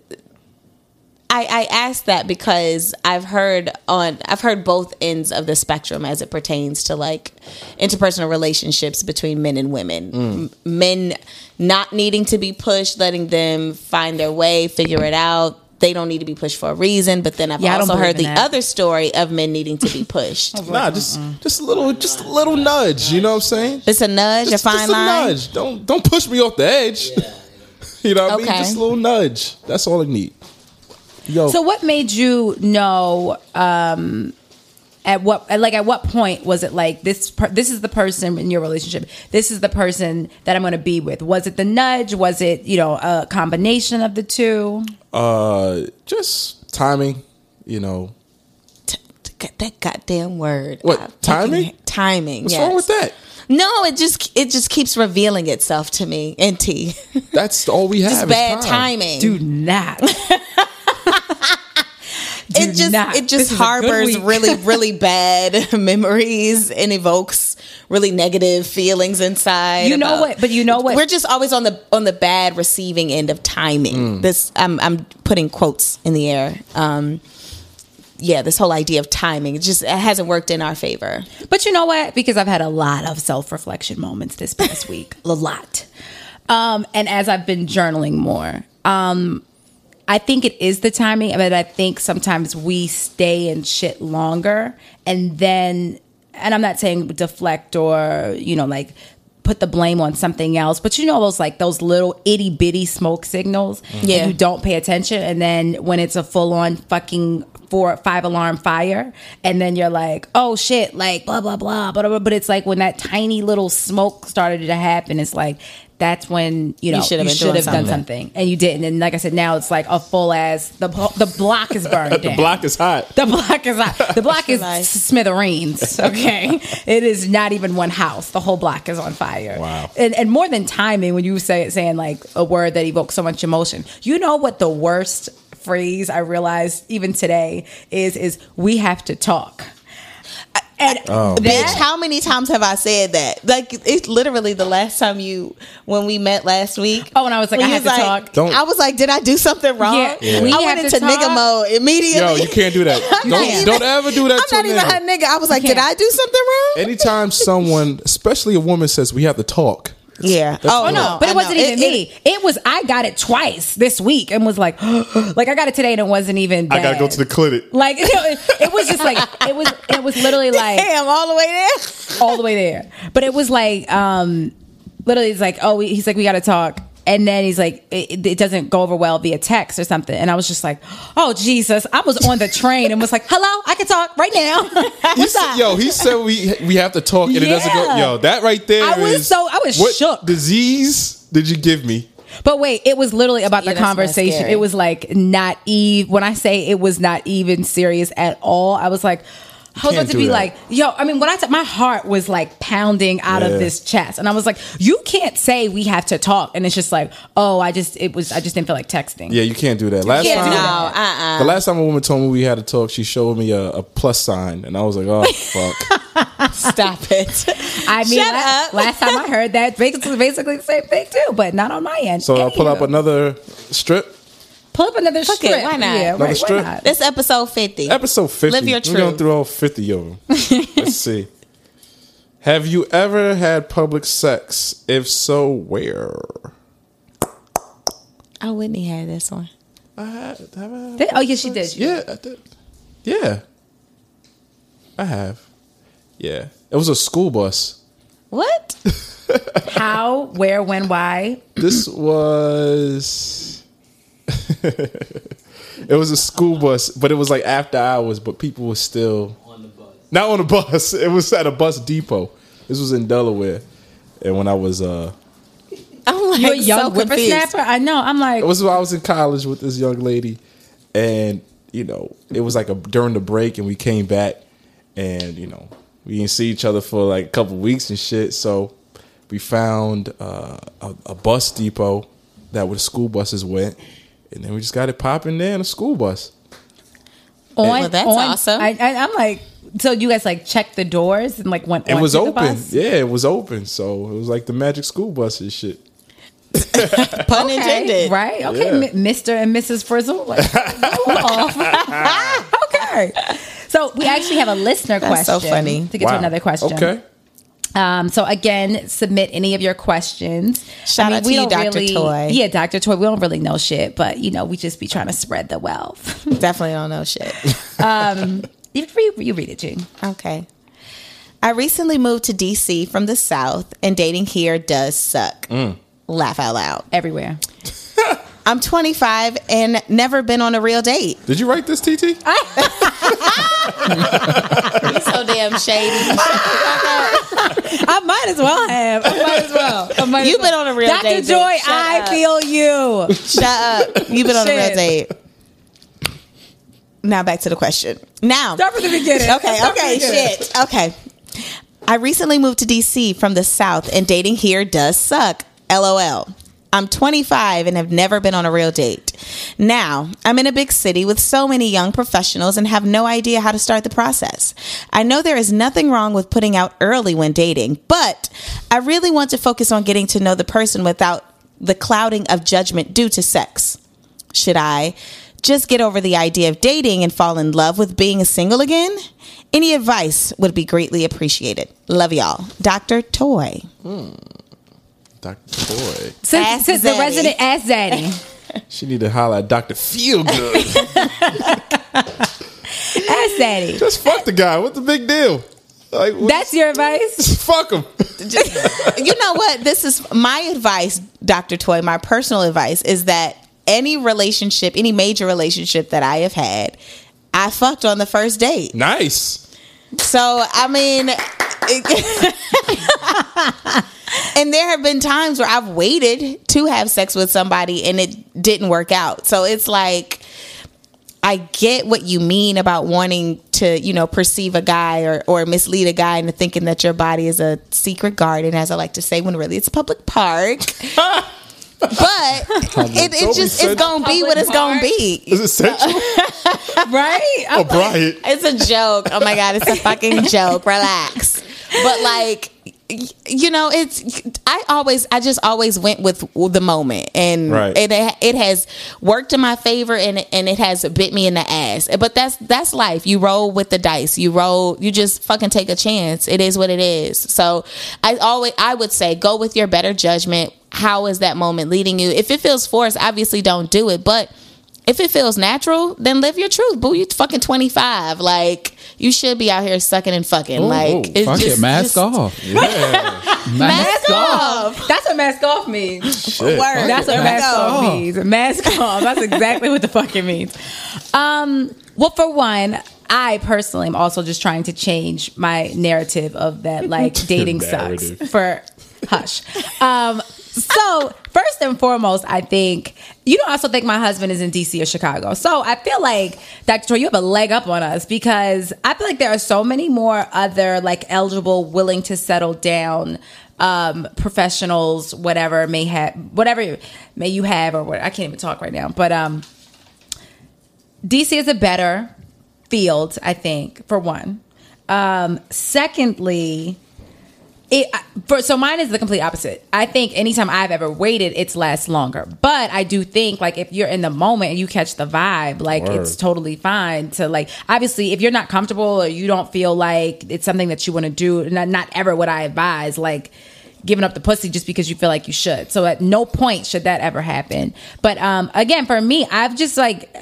Speaker 2: I I ask that because I've heard on I've heard both ends of the spectrum as it pertains to like interpersonal relationships between men and women.
Speaker 3: Mm.
Speaker 2: M- Men not needing to be pushed, letting them find their way, figure it out. They don't need to be pushed for a reason, but then I've
Speaker 1: Yeah, I don't
Speaker 2: also
Speaker 1: believe
Speaker 2: heard
Speaker 1: in
Speaker 2: the
Speaker 1: that. Oh.
Speaker 2: other story of men needing to be pushed.
Speaker 3: Nah, just
Speaker 2: uh-uh.
Speaker 3: just a little, just a little nudge. You know what I'm saying?
Speaker 2: It's a nudge,
Speaker 3: Just,
Speaker 2: a fine
Speaker 3: just a
Speaker 2: line.
Speaker 3: nudge. Don't don't push me off the edge. you know what I mean?
Speaker 2: Okay.
Speaker 3: Just a little nudge. That's all I need.
Speaker 2: Oh.
Speaker 3: Yo,
Speaker 1: So, what made you know? Um, at what like at what point was it like this? Per, this is the person in your relationship. This is the person that I'm going to be with. Was it the nudge? Was it you know a combination of the two?
Speaker 3: uh, just timing. You know,
Speaker 2: T- t- that goddamn word.
Speaker 3: What,
Speaker 2: I fucking
Speaker 3: timing?
Speaker 2: hate- Timing.
Speaker 3: what's
Speaker 2: yes.
Speaker 3: wrong with that?
Speaker 2: No, it just it just keeps revealing itself to me and T.
Speaker 3: That's all we have.
Speaker 2: Just
Speaker 3: is
Speaker 2: bad
Speaker 3: time.
Speaker 2: timing.
Speaker 1: Do not.
Speaker 2: it just
Speaker 1: not.
Speaker 2: it
Speaker 1: This is
Speaker 2: just
Speaker 1: a good
Speaker 2: harbors
Speaker 1: week.
Speaker 2: really really bad memories and evokes really negative feelings inside.
Speaker 1: You know
Speaker 2: about-
Speaker 1: what? But you know what?
Speaker 2: We're just always on the on the bad receiving end of
Speaker 1: Mm.
Speaker 2: timing. This I'm I'm putting quotes in the air. Um yeah, this whole idea of timing it just it hasn't worked in our favor.
Speaker 1: But you know what? Because I've had a lot of self reflection moments this past week, a lot. Um, and as I've been journaling more, um, I think it is the timing, but I think sometimes we stay in shit longer and then, and I'm not saying deflect or, you know, like put the blame on something else, but you know, those like those little itty bitty smoke signals.
Speaker 2: Mm-hmm. Yeah.
Speaker 1: You don't pay attention. And then when it's a full on fucking four, five alarm fire, and then you're like, oh shit, like blah, blah, blah, blah, blah. But it's like when that tiny little smoke started to happen, it's like, that's when you know
Speaker 2: should have
Speaker 1: you
Speaker 2: been
Speaker 1: should
Speaker 2: doing
Speaker 1: have done
Speaker 2: something.
Speaker 1: something and you didn't and like i said now it's like a full ass the blo- the block is burned
Speaker 3: The
Speaker 1: down.
Speaker 3: block is hot.
Speaker 1: the block is on- the block is
Speaker 2: Nice.
Speaker 1: smithereens okay it is not even one house the whole block is on fire
Speaker 3: Wow.
Speaker 1: and, and more than timing when you say saying like a word that evokes so much emotion you know what the worst phrase i realized even today is is we have to talk Uh, and
Speaker 3: Oh.
Speaker 2: Bitch, how many times have I said that? Like it's literally the last time you when we met last week.
Speaker 1: Oh, and I was like,
Speaker 2: when
Speaker 1: I
Speaker 2: you
Speaker 1: had
Speaker 2: was
Speaker 1: to
Speaker 2: like-
Speaker 1: talk.
Speaker 3: Don't-
Speaker 2: I was like, did I do something wrong?
Speaker 1: Yeah. Yeah. We
Speaker 2: I
Speaker 1: have
Speaker 2: went
Speaker 1: to
Speaker 2: into nigga
Speaker 1: talk.
Speaker 2: mode
Speaker 3: Yo,
Speaker 2: immediately.
Speaker 3: you can't do that.
Speaker 2: not
Speaker 3: Don't
Speaker 2: even-
Speaker 3: don't ever do that.
Speaker 2: I'm not
Speaker 3: to a
Speaker 2: even
Speaker 3: man.
Speaker 2: her nigga. I was like,
Speaker 1: You
Speaker 2: did
Speaker 1: can't.
Speaker 2: I do something wrong?
Speaker 3: Anytime someone, especially a woman, says we have to talk,
Speaker 2: yeah.
Speaker 1: Oh no, but
Speaker 2: I
Speaker 1: it wasn't
Speaker 2: know.
Speaker 1: even me. It, was I got it twice this week and was like, like I got it today and it wasn't even. Bad.
Speaker 3: I gotta go to the clinic.
Speaker 1: Like you know, it, it was just like it was. It was literally like
Speaker 2: Damn, all the way there.
Speaker 1: all the way there. But it was like, um, literally, it's like, oh, we, he's like, we got to talk. and then he's like, it, it doesn't go over well via text or something. And I was just like, oh Jesus! I was on the train and was like, hello, I can talk right now.
Speaker 3: He said, yo, he said we we have to talk, and it doesn't go.
Speaker 1: Yeah.
Speaker 3: Yo, that right there.
Speaker 1: I was
Speaker 3: is-
Speaker 1: so- I was
Speaker 3: what
Speaker 1: shook.
Speaker 3: Disease did you give me?
Speaker 1: But wait, it was literally about
Speaker 2: Yeah,
Speaker 1: the
Speaker 2: that's not
Speaker 1: conversation.
Speaker 2: scary.
Speaker 1: It was like not even when I say it was not even serious at all. I was like, I was
Speaker 3: can't
Speaker 1: about to
Speaker 3: do
Speaker 1: be
Speaker 3: that.
Speaker 1: like, yo, I mean, when I t- my heart was like pounding out
Speaker 3: Yeah.
Speaker 1: of this chest, and I was like, you can't say we have to talk, and it's just like, oh, I just it was I just didn't feel like texting.
Speaker 3: Yeah, you can't do that. Last
Speaker 2: Yeah,
Speaker 3: time,
Speaker 2: no, uh-uh.
Speaker 3: the last time a woman told me we had to talk, she showed me a, a plus sign, and I was like, oh fuck.
Speaker 2: uh-uh. Stop it.
Speaker 1: I mean,
Speaker 2: Shut
Speaker 1: last,
Speaker 2: up.
Speaker 1: last time I heard that, basically, basically the same thing too, but not on my end.
Speaker 3: So I'll pull up
Speaker 1: Anywho.
Speaker 3: another strip.
Speaker 1: pull up another
Speaker 2: Fuck it,
Speaker 1: strip.
Speaker 2: why not?
Speaker 1: Yeah,
Speaker 2: Another
Speaker 1: right,
Speaker 3: strip?
Speaker 1: Why not?
Speaker 2: This episode 50.
Speaker 3: Episode 50.
Speaker 2: Live your
Speaker 3: We're going
Speaker 2: truth.
Speaker 3: through all 50 of them. Let's see. Have you ever had public sex? If so, where?
Speaker 2: oh, Whitney had this one.
Speaker 3: I had, have I had
Speaker 1: They- Oh yeah, she did.
Speaker 3: Yeah, I did. Yeah. I have. Yeah. It was a school bus.
Speaker 2: What?
Speaker 1: How, where, when, why?
Speaker 3: This was. it was a school bus, but it was like after hours, but people were still. On the bus. Not on the bus. It was at a bus depot. This was in Delaware. And when I was. uh
Speaker 2: I'm like,
Speaker 1: You're a young
Speaker 2: so confused.
Speaker 1: whippersnapper. I know. I'm like,
Speaker 3: It was when I was in college with this young lady, and you know, it was like a during the break, and we came back, and you know, we didn't see each other for like a couple weeks and shit. So we found uh, a, a bus depot that where the school buses went, and then we just got it popping there in a school bus.
Speaker 1: on,
Speaker 2: Well, that's awesome.
Speaker 1: I, I, I'm like, so you guys like checked the doors and like went.
Speaker 3: It was
Speaker 1: onto Oh, the
Speaker 3: open,
Speaker 1: bus?
Speaker 3: yeah, it was open. So it was like the magic school bus and shit.
Speaker 2: Pun
Speaker 1: Okay,
Speaker 2: intended.
Speaker 1: right? Okay,
Speaker 3: Yeah.
Speaker 1: M- Mr. and Mrs. Frizzle. Like, go off. okay. So we actually have a listener
Speaker 2: That's so
Speaker 1: question.
Speaker 2: funny.
Speaker 1: To get to another question.
Speaker 3: Okay,
Speaker 1: Um, so again, submit any of your questions.
Speaker 2: Shout out to you,
Speaker 1: don't
Speaker 2: Dr.
Speaker 1: really-
Speaker 2: Toy.
Speaker 1: Yeah, Dr. Toy. We don't really know shit, but you know, we just be trying to spread the wealth.
Speaker 2: Definitely don't know shit.
Speaker 1: you, you, you read it, Gene.
Speaker 2: Okay. I recently moved to DC from the South, and dating here does suck. Laugh out loud.
Speaker 1: Everywhere.
Speaker 2: I'm 25 and never been on a real date.
Speaker 3: did you write this, TT?
Speaker 2: He's so damn shady.
Speaker 1: I might as well have. I might as well. I might as
Speaker 2: You've been
Speaker 1: well.
Speaker 2: on a real
Speaker 1: Dr.
Speaker 2: date,
Speaker 1: Joy,
Speaker 2: bitch. Shut
Speaker 1: I
Speaker 2: up.
Speaker 1: feel you.
Speaker 2: Shut up. You've been on a real
Speaker 1: Shit.
Speaker 2: date. Now back to the question. Now,
Speaker 1: Start from the beginning.
Speaker 2: okay,
Speaker 1: Start from the
Speaker 2: okay,
Speaker 1: beginning.
Speaker 2: shit. Okay. I recently moved to DC from the South, and dating here does suck. LOL. I'm 25 and have never been on a real date. Now, I'm in a big city with so many young professionals and have no idea how to start the process. I know there is nothing wrong with putting out early when dating, but I really want to focus on getting to know the person without the clouding of judgment due to sex. Should I just get over the idea of dating and fall in love with being single again? Any advice would be greatly appreciated. Love y'all. Dr. Toy.
Speaker 3: Doctor Boy,
Speaker 1: Since,
Speaker 2: Ask
Speaker 1: since the
Speaker 2: Zaddy.
Speaker 1: resident asked Zaddy,
Speaker 3: she need to holler at Doctor Feelgood.
Speaker 1: ask Zaddy.
Speaker 3: Just fuck the guy. What the big deal? Like what-
Speaker 1: That's your advice.
Speaker 3: fuck him.
Speaker 2: you know what? This is my advice, Dr. Toy. My personal advice is that any relationship, any major relationship that I have had, I fucked on the first date.
Speaker 3: Nice.
Speaker 2: So I mean, it- and there have been times where I've waited to have sex with somebody and it didn't work out. So it's like I get what you mean about wanting to, you know, perceive a guy or, or mislead a guy into thinking that your body is a secret garden, as I like to say, when really it's a public park. but it, it
Speaker 3: Toby
Speaker 2: just
Speaker 3: said-
Speaker 2: it's gonna be what it's gonna
Speaker 1: Public park?
Speaker 2: be.
Speaker 3: Is it sexual?
Speaker 1: Right? I'm
Speaker 3: Oh, Bryant.
Speaker 2: It's a joke. Oh my god, it's a fucking joke. Relax. But like y- you know, it's I always I just always went with the moment and
Speaker 3: Right.
Speaker 2: it it has worked in my favor and and it has bit me in the ass. But that's that's life. You roll with the dice. You roll you just fucking take a chance. It is what it is. So I always I would say go with your better judgment. How is that moment leading you? If it feels forced, obviously don't do it, but if it feels natural, then live your truth. Boo, you fucking 25. Like, you should be out here sucking and fucking. like,
Speaker 3: ooh, fuck
Speaker 4: Fuck it, mask
Speaker 2: just-
Speaker 4: off.
Speaker 3: Yeah.
Speaker 4: Mask off.
Speaker 1: That's what mask off means.
Speaker 2: Word.
Speaker 3: Shit.
Speaker 1: That's what
Speaker 2: There we
Speaker 1: mask
Speaker 2: go.
Speaker 1: off means. Mask off. That's exactly what the fuck it means. Um, well, for one, I personally am also just trying to change my narrative of that, like dating sucks
Speaker 3: Narrative.
Speaker 1: for hush. Um, so first and foremost, I think you know. I also think my husband is in DC or Chicago, so I feel like Dr. Troy, you have a leg up on us because I feel like there are so many more other like eligible, willing to settle down um professionals whatever may have whatever may you have or what i can't even talk right now but um DC is a better field, I think, for one. Um, secondly, it, I- for, so mine is the complete opposite. I think anytime I've ever waited, it's lasts longer. But I do think like if you're in the moment and you catch the vibe, like
Speaker 3: Word.
Speaker 1: it's totally fine to like. Obviously, if you're not comfortable or you don't feel like it's something that you want to do, not, not ever would I advise like giving up the pussy just because you feel like you should. So at no point should that ever happen. But um, again, for me, I've just like.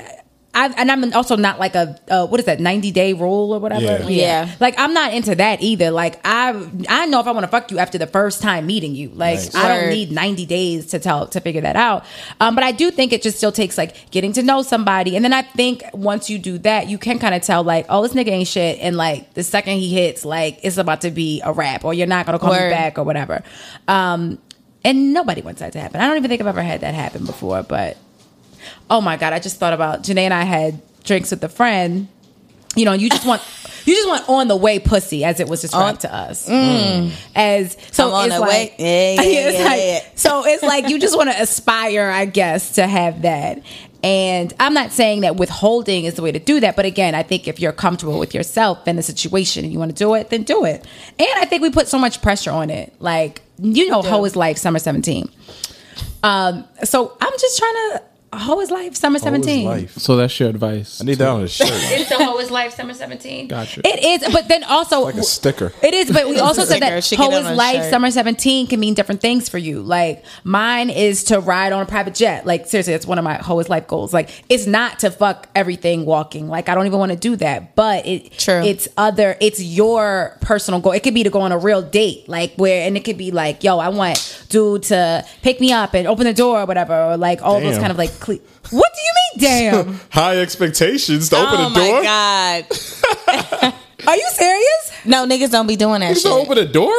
Speaker 1: I've, and I'm also not like a uh, what is that 90 day rule or whatever
Speaker 3: Yeah.
Speaker 2: Yeah.
Speaker 1: like I'm not into that either. Like I I know if I want to fuck you after the first time meeting you. Like
Speaker 3: Nice.
Speaker 1: I don't
Speaker 2: Word.
Speaker 1: need 90 days to tell to figure that out. Um, but I do think it just still takes like getting to know somebody. And then I think once you do that, you can kind of tell like, oh, this nigga ain't shit. And like the second he hits, like it's about to be a wrap or you're not gonna call
Speaker 2: Word.
Speaker 1: me back or whatever. Um and nobody wants that to happen. I don't even think I've ever had that happen before, but oh my god, I just thought about Janae and I had drinks with a friend. You know, you just want you just want on the way pussy as it was described to us. As so
Speaker 2: Mm. I'm on
Speaker 1: it's
Speaker 2: the
Speaker 1: like,
Speaker 2: way. Yeah, yeah,
Speaker 1: it's
Speaker 2: yeah,
Speaker 1: like-
Speaker 2: yeah.
Speaker 1: so it's like you just want to aspire, I guess, to have that. And I'm not saying that withholding is the way to do that, but again, I think if you're comfortable with yourself and the situation and you want to do it, then do it. And I think we put so much pressure on it. Like, you know, hoe is life, summer 17. Um, so I'm just trying to hoe is life, summer
Speaker 3: Whole is
Speaker 1: 17.
Speaker 3: life.
Speaker 4: So that's your advice.
Speaker 3: I need that on a shirt.
Speaker 1: It's the hoe is life, summer 17.
Speaker 4: Gotcha.
Speaker 1: It is, but then also
Speaker 3: like a sticker.
Speaker 1: it is, but we also said that
Speaker 2: Sticker. She
Speaker 1: hoe
Speaker 2: can have
Speaker 1: is
Speaker 2: on a
Speaker 1: life,
Speaker 2: shirt.
Speaker 1: summer 17 can mean different things for you. Like mine is to ride on a private jet. Like seriously, that's one of my hoe is life goals. Like it's not to fuck everything walking. Like I don't even want to do that. But it
Speaker 2: True.
Speaker 1: it's other it's your personal goal. It could be to go on a real date, like where and it could be like, yo, I want dude to pick me up and open the door or whatever, or like all those
Speaker 3: Damn.
Speaker 1: kind of like cle- what do you mean, damn?
Speaker 3: High expectations to open
Speaker 2: oh
Speaker 3: a
Speaker 2: my
Speaker 3: door.
Speaker 2: god.
Speaker 1: Are you serious?
Speaker 2: No niggas don't be doing that
Speaker 3: You
Speaker 2: shit.
Speaker 3: gonna open a door?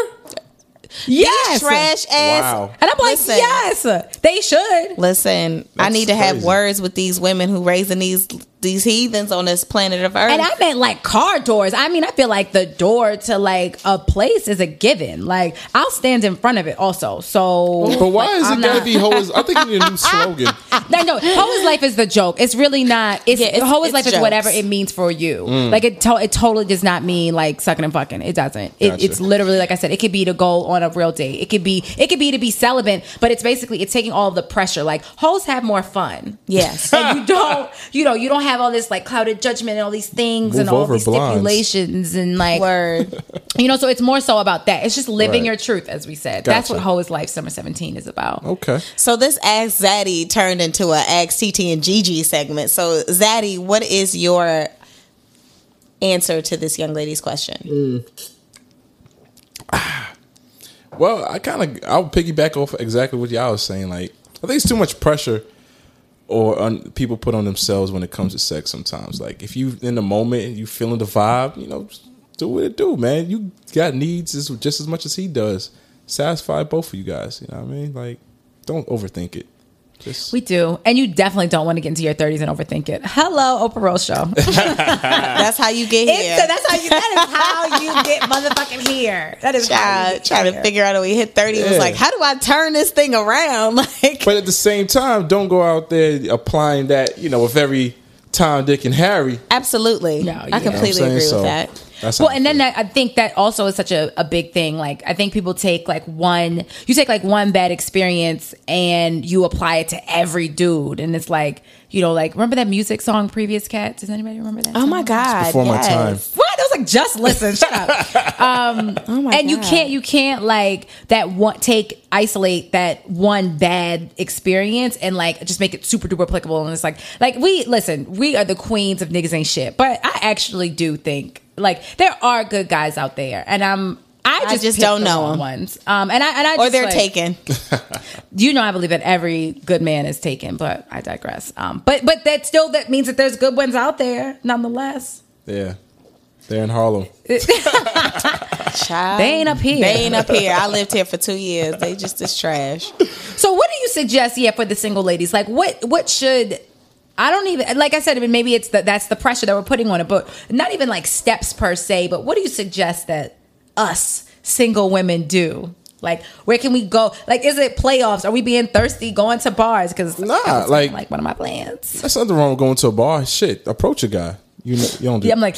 Speaker 1: Yes.
Speaker 2: Trash ass.
Speaker 3: Wow.
Speaker 1: And I'm like,
Speaker 2: Listen.
Speaker 1: yes, they should.
Speaker 2: Listen, I
Speaker 3: That's
Speaker 2: need to have
Speaker 3: crazy.
Speaker 2: words with these women who raising these these heathens on this planet of Earth.
Speaker 1: And I meant like car doors. I mean, I feel like the door to like a place is a given. Like I'll stand in front of it also. So,
Speaker 3: But why
Speaker 1: like,
Speaker 3: is
Speaker 1: I'm
Speaker 3: it gotta
Speaker 1: not-
Speaker 3: be hoes? I think you need a new slogan.
Speaker 1: No, no. Hoe's life is the joke. It's really not. It's,
Speaker 2: Yeah, it's-
Speaker 1: hoe's
Speaker 2: it's
Speaker 1: life is
Speaker 2: jokes.
Speaker 1: whatever it means for you.
Speaker 3: Mm.
Speaker 1: Like it, to, it totally does not mean like sucking and fucking. It doesn't. It,
Speaker 3: Gotcha.
Speaker 1: It's literally like I said. It could be to go on a real date. It could be. It could be to be celibate. But it's basically it's taking all the pressure. Like hoes have more fun.
Speaker 2: yes.
Speaker 1: and you don't you know you don't have all this like clouded judgment and all these things and
Speaker 3: Move
Speaker 1: all
Speaker 3: over,
Speaker 1: these
Speaker 3: blondes.
Speaker 1: stipulations and like
Speaker 2: Word.
Speaker 1: you know so it's more so about that it's just living
Speaker 3: Right.
Speaker 1: your truth as we said that's
Speaker 3: Gotcha. Oh.
Speaker 1: what hoe is life summer 17 is about
Speaker 3: Okay.
Speaker 2: So this Ask Zaddy turned into a Ask TT and Gigi segment. So Zaddy, what is your answer to this young lady's question?
Speaker 3: Well, I kind of I'll piggyback off exactly what y'all was saying. Like, I think it's too much pressure or on, people put on themselves when it comes to sex. Sometimes, like if you in the moment and you feeling the vibe, you know, just do what it do, man. You got needs as, just as much as he does. Satisfy both of you guys. You know what I mean? Like, don't overthink it. Just
Speaker 1: we do and you definitely don't want to get into your 30s and overthink it hello oprah Rose show
Speaker 2: That's how you get
Speaker 1: It's-
Speaker 2: here.
Speaker 1: that's how you that is how you get motherfucking here that is how you
Speaker 2: Child,
Speaker 1: get
Speaker 2: trying to
Speaker 1: here.
Speaker 2: figure out a way hit thirty was
Speaker 3: Yeah.
Speaker 2: like, how do I turn this thing around? Like,
Speaker 3: But at the same time, don't go out there applying that, you know, with every Tom, Dick, and Harry.
Speaker 2: absolutely,
Speaker 1: No, you know what
Speaker 2: I
Speaker 1: I'm
Speaker 2: completely
Speaker 3: saying?
Speaker 2: agree
Speaker 3: So-
Speaker 2: with that.
Speaker 3: That's
Speaker 1: well, and then that, I think that also is such a, a big thing. Like, I think people take like one, you take like one bad experience and you apply it to every dude. And it's like, you know, like, remember that music song, Previous Cat? Does anybody remember that?
Speaker 2: Oh my god!
Speaker 3: before my
Speaker 2: yes. Oh
Speaker 3: time.
Speaker 1: Um, What? I was like, just listen. Shut up. Um,
Speaker 2: my
Speaker 1: and you
Speaker 2: God.
Speaker 1: can't, you can't like that one take isolate that one bad experience and like just make it super duper applicable. And it's like, like we listen, we are the queens of niggas ain't shit. But I actually do think like there are good guys out there, and I'm
Speaker 2: I just
Speaker 1: picked
Speaker 2: don't
Speaker 1: the
Speaker 2: know
Speaker 1: wrong
Speaker 2: 'em.
Speaker 1: ones. Um, and I and I
Speaker 2: or
Speaker 1: just,
Speaker 2: they're
Speaker 1: like-
Speaker 2: taken.
Speaker 1: You know, I believe that every good man is taken, but I digress. Um, but but that still that means that there's good ones out there, nonetheless.
Speaker 3: Yeah. They're in Harlem.
Speaker 2: Child.
Speaker 1: They ain't up here.
Speaker 2: They ain't up here. I lived here for two years. They just is trash.
Speaker 1: So what do you suggest? Yeah, for the single ladies, like what what should I don't even like I said. I mean, maybe it's the, that's the pressure that we're putting on it, but not even like steps per se. But what do you suggest that us single women do? Like, where can we go? Like, is it playoffs? Are we being thirsty, going to bars? Because
Speaker 3: Nah, like-
Speaker 1: like like one of my plans.
Speaker 3: That's nothing wrong with going to a bar. Shit, approach a guy. You know, you don't do
Speaker 1: Yeah, I'm like,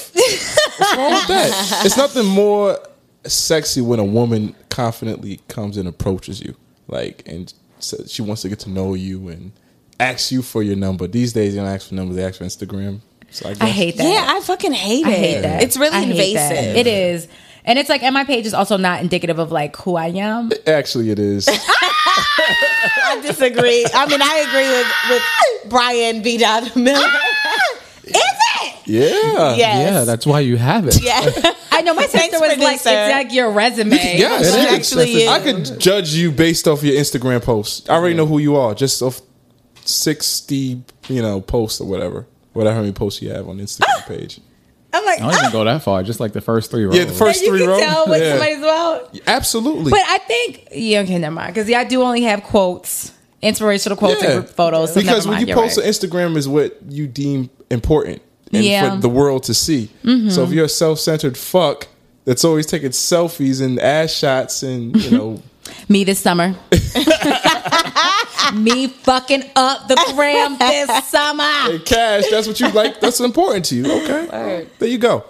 Speaker 3: wrong with that. It's nothing more sexy when a woman confidently comes and approaches you, like, and says she wants to get to know you and asks you for your number. These days, you don't ask for numbers; they ask for Instagram. So
Speaker 1: I hate that.
Speaker 2: Yeah, I fucking hate it.
Speaker 1: I hate that.
Speaker 2: It's really
Speaker 1: I hate that.
Speaker 2: invasive.
Speaker 1: It is. And it's like, and my page is also not indicative of like who I am.
Speaker 3: Actually, it is.
Speaker 2: I disagree. I mean, I agree with with Brian B. Dot Miller.
Speaker 1: Is it?
Speaker 3: Yeah.
Speaker 2: Yes.
Speaker 4: Yeah, that's why you have it.
Speaker 2: Yeah.
Speaker 1: I know my sister
Speaker 2: Thanks,
Speaker 1: was like, it's
Speaker 2: producer.
Speaker 1: like your resume.
Speaker 3: Yes,
Speaker 4: It
Speaker 3: you could-
Speaker 2: actually
Speaker 4: That's a-
Speaker 2: is.
Speaker 3: I could judge you based off your Instagram posts. I already know who you are just off sixty, you know, posts or whatever, whatever how many posts you have on the Instagram page.
Speaker 1: I'm like,
Speaker 4: I don't even go that far. Just like the first three rows.
Speaker 3: Yeah, the first
Speaker 1: you
Speaker 3: three
Speaker 1: can
Speaker 3: rows.
Speaker 1: tell what
Speaker 3: Yeah.
Speaker 1: somebody's about.
Speaker 3: Absolutely.
Speaker 1: But I think, yeah, okay, never mind. Because yeah, I do only have quotes, inspirational quotes and group photos. So
Speaker 3: Because
Speaker 1: never mind,
Speaker 3: what you
Speaker 1: you're
Speaker 3: post
Speaker 1: right.
Speaker 3: on Instagram is what you deem important and
Speaker 1: Yeah. Mm-hmm.
Speaker 3: for the world to see. So if you're a self centered fuck that's always taking selfies and ass shots and you know
Speaker 1: Me this summer. Me fucking up the gram this summer.
Speaker 3: and cash, that's what you like. That's important to you. Okay, there you go.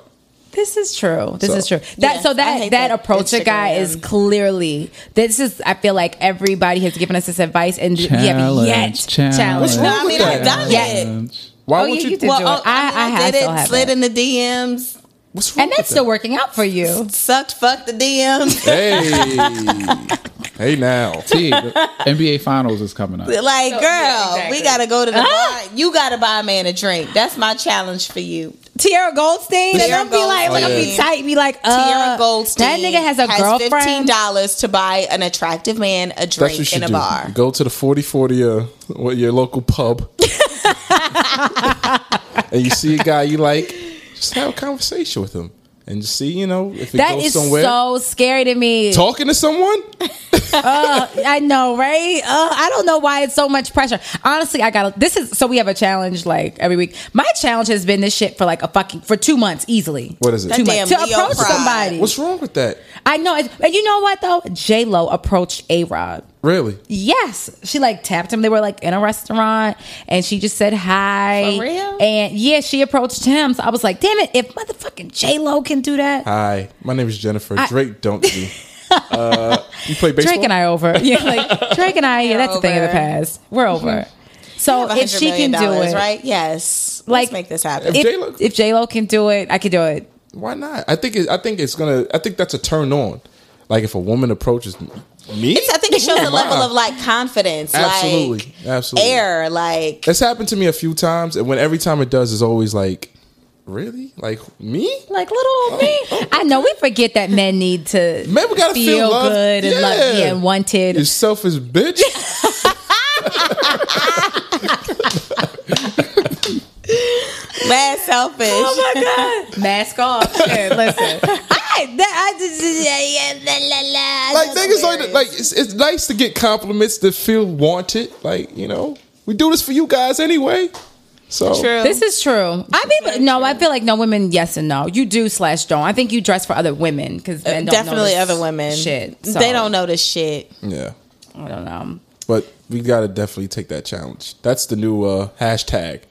Speaker 1: This is true. This
Speaker 3: So-
Speaker 1: is true. That
Speaker 2: Yes,
Speaker 1: so
Speaker 2: I
Speaker 1: that
Speaker 2: hate
Speaker 1: that
Speaker 2: that
Speaker 1: approach a guy
Speaker 2: Instagram.
Speaker 1: is clearly this is I feel like everybody has given us this advice and we have yet
Speaker 4: Challenge, challenge.
Speaker 1: challenged.
Speaker 2: No, I mean, I've done it. uh,
Speaker 4: Challenge.
Speaker 3: Why
Speaker 1: Oh,
Speaker 3: would
Speaker 1: yeah,
Speaker 3: you?
Speaker 1: you did. do it. I- I have
Speaker 2: did
Speaker 1: still have
Speaker 2: it. Slid
Speaker 1: it.
Speaker 2: in the DMs.
Speaker 3: What's wrong
Speaker 1: And that's still
Speaker 3: with
Speaker 1: working out for you.
Speaker 2: Sucked. Fuck the DMs.
Speaker 3: that? Hey, hey now.
Speaker 4: See, the NBA Finals is coming up.
Speaker 2: Like, girl,
Speaker 1: yeah, exactly.
Speaker 2: we gotta go to the bar. You gotta buy a man a drink. That's my challenge for you.
Speaker 1: Tiara Goldstein.
Speaker 2: Tiara
Speaker 1: and I'm be like, like, I'm be
Speaker 2: Goldstein.
Speaker 1: tight, be like, uh,
Speaker 2: Tiara Goldstein.
Speaker 1: That nigga has a girlfriend.
Speaker 2: Fifteen dollars to buy an attractive man a
Speaker 3: That's what you
Speaker 2: drink
Speaker 3: should
Speaker 2: in a
Speaker 3: do.
Speaker 2: bar.
Speaker 3: Go to the 4040 uh, what, your local pub. and you see a guy you like, just have a conversation with him. And just see, you know, if it
Speaker 1: That
Speaker 3: goes
Speaker 1: is
Speaker 3: somewhere.
Speaker 1: so scary to me. Uh,
Speaker 3: talking to someone?
Speaker 1: I know, right? Uh, I don't know why it's so much pressure. Honestly, I got to this is so we have a challenge like every week. My challenge has been this shit for like a fucking for two months easily.
Speaker 3: What is it?
Speaker 1: Two
Speaker 2: That
Speaker 1: months.
Speaker 2: damn
Speaker 1: to
Speaker 2: Leo
Speaker 1: approach
Speaker 2: pride.
Speaker 1: somebody.
Speaker 3: What's wrong with that?
Speaker 1: I know, it's- and you know what though? J Lo approached A Rod.
Speaker 3: Really?
Speaker 1: Yes, she like tapped him. They were like in a restaurant, and she just said hi.
Speaker 2: For real?
Speaker 1: And yeah, she approached him. So I was like, damn it! If motherfucking J Lo can do that,
Speaker 3: Hi, my name is Jennifer. Drake don't you? uh, you play baseball?
Speaker 1: Drake and I over. Yeah, like Drake and I. Yeah,
Speaker 2: We're
Speaker 1: that's a thing of the
Speaker 2: over.
Speaker 1: past. We're over. So
Speaker 2: Have
Speaker 1: if she
Speaker 2: $100 million
Speaker 1: can do
Speaker 2: dollars,
Speaker 1: it,
Speaker 2: right? Yes.
Speaker 1: Like-
Speaker 2: Let's make this happen.
Speaker 3: If J-Lo-
Speaker 1: If J Lo can do it, I can do it.
Speaker 3: Why not? I think it, I think it's gonna. I think that's a turn on. Like if a woman approaches me,
Speaker 2: It's- I think it shows a level of like confidence,
Speaker 3: Absolutely.
Speaker 2: like
Speaker 3: Absolutely.
Speaker 2: air, like
Speaker 3: It's happened to me a few times, and when every time it does, it's always like, really, like me.
Speaker 1: Like little old me, I know we forget that men need to
Speaker 3: Oh, Men, we gotta feel loved.
Speaker 1: good and loved
Speaker 3: Yeah.
Speaker 1: yeah, and wanted.
Speaker 3: You selfish bitch.
Speaker 2: mad selfish.
Speaker 1: Oh Mask off. Shit, listen, I, that, I just
Speaker 3: like niggas like that- like it's, it's nice to get compliments to feel wanted. Like you know, we do this for you guys anyway. So
Speaker 2: True.
Speaker 1: This is true. I mean, no, I feel like no women. Yes and no. You do slash don't. I think you dress for other women because men don't
Speaker 2: Definitely
Speaker 1: notice
Speaker 2: other women.
Speaker 1: Shit,
Speaker 2: They don't notice shit.
Speaker 3: yeah,
Speaker 1: know. I don't know
Speaker 3: but we gotta definitely take that challenge. That's the new uh, hashtag.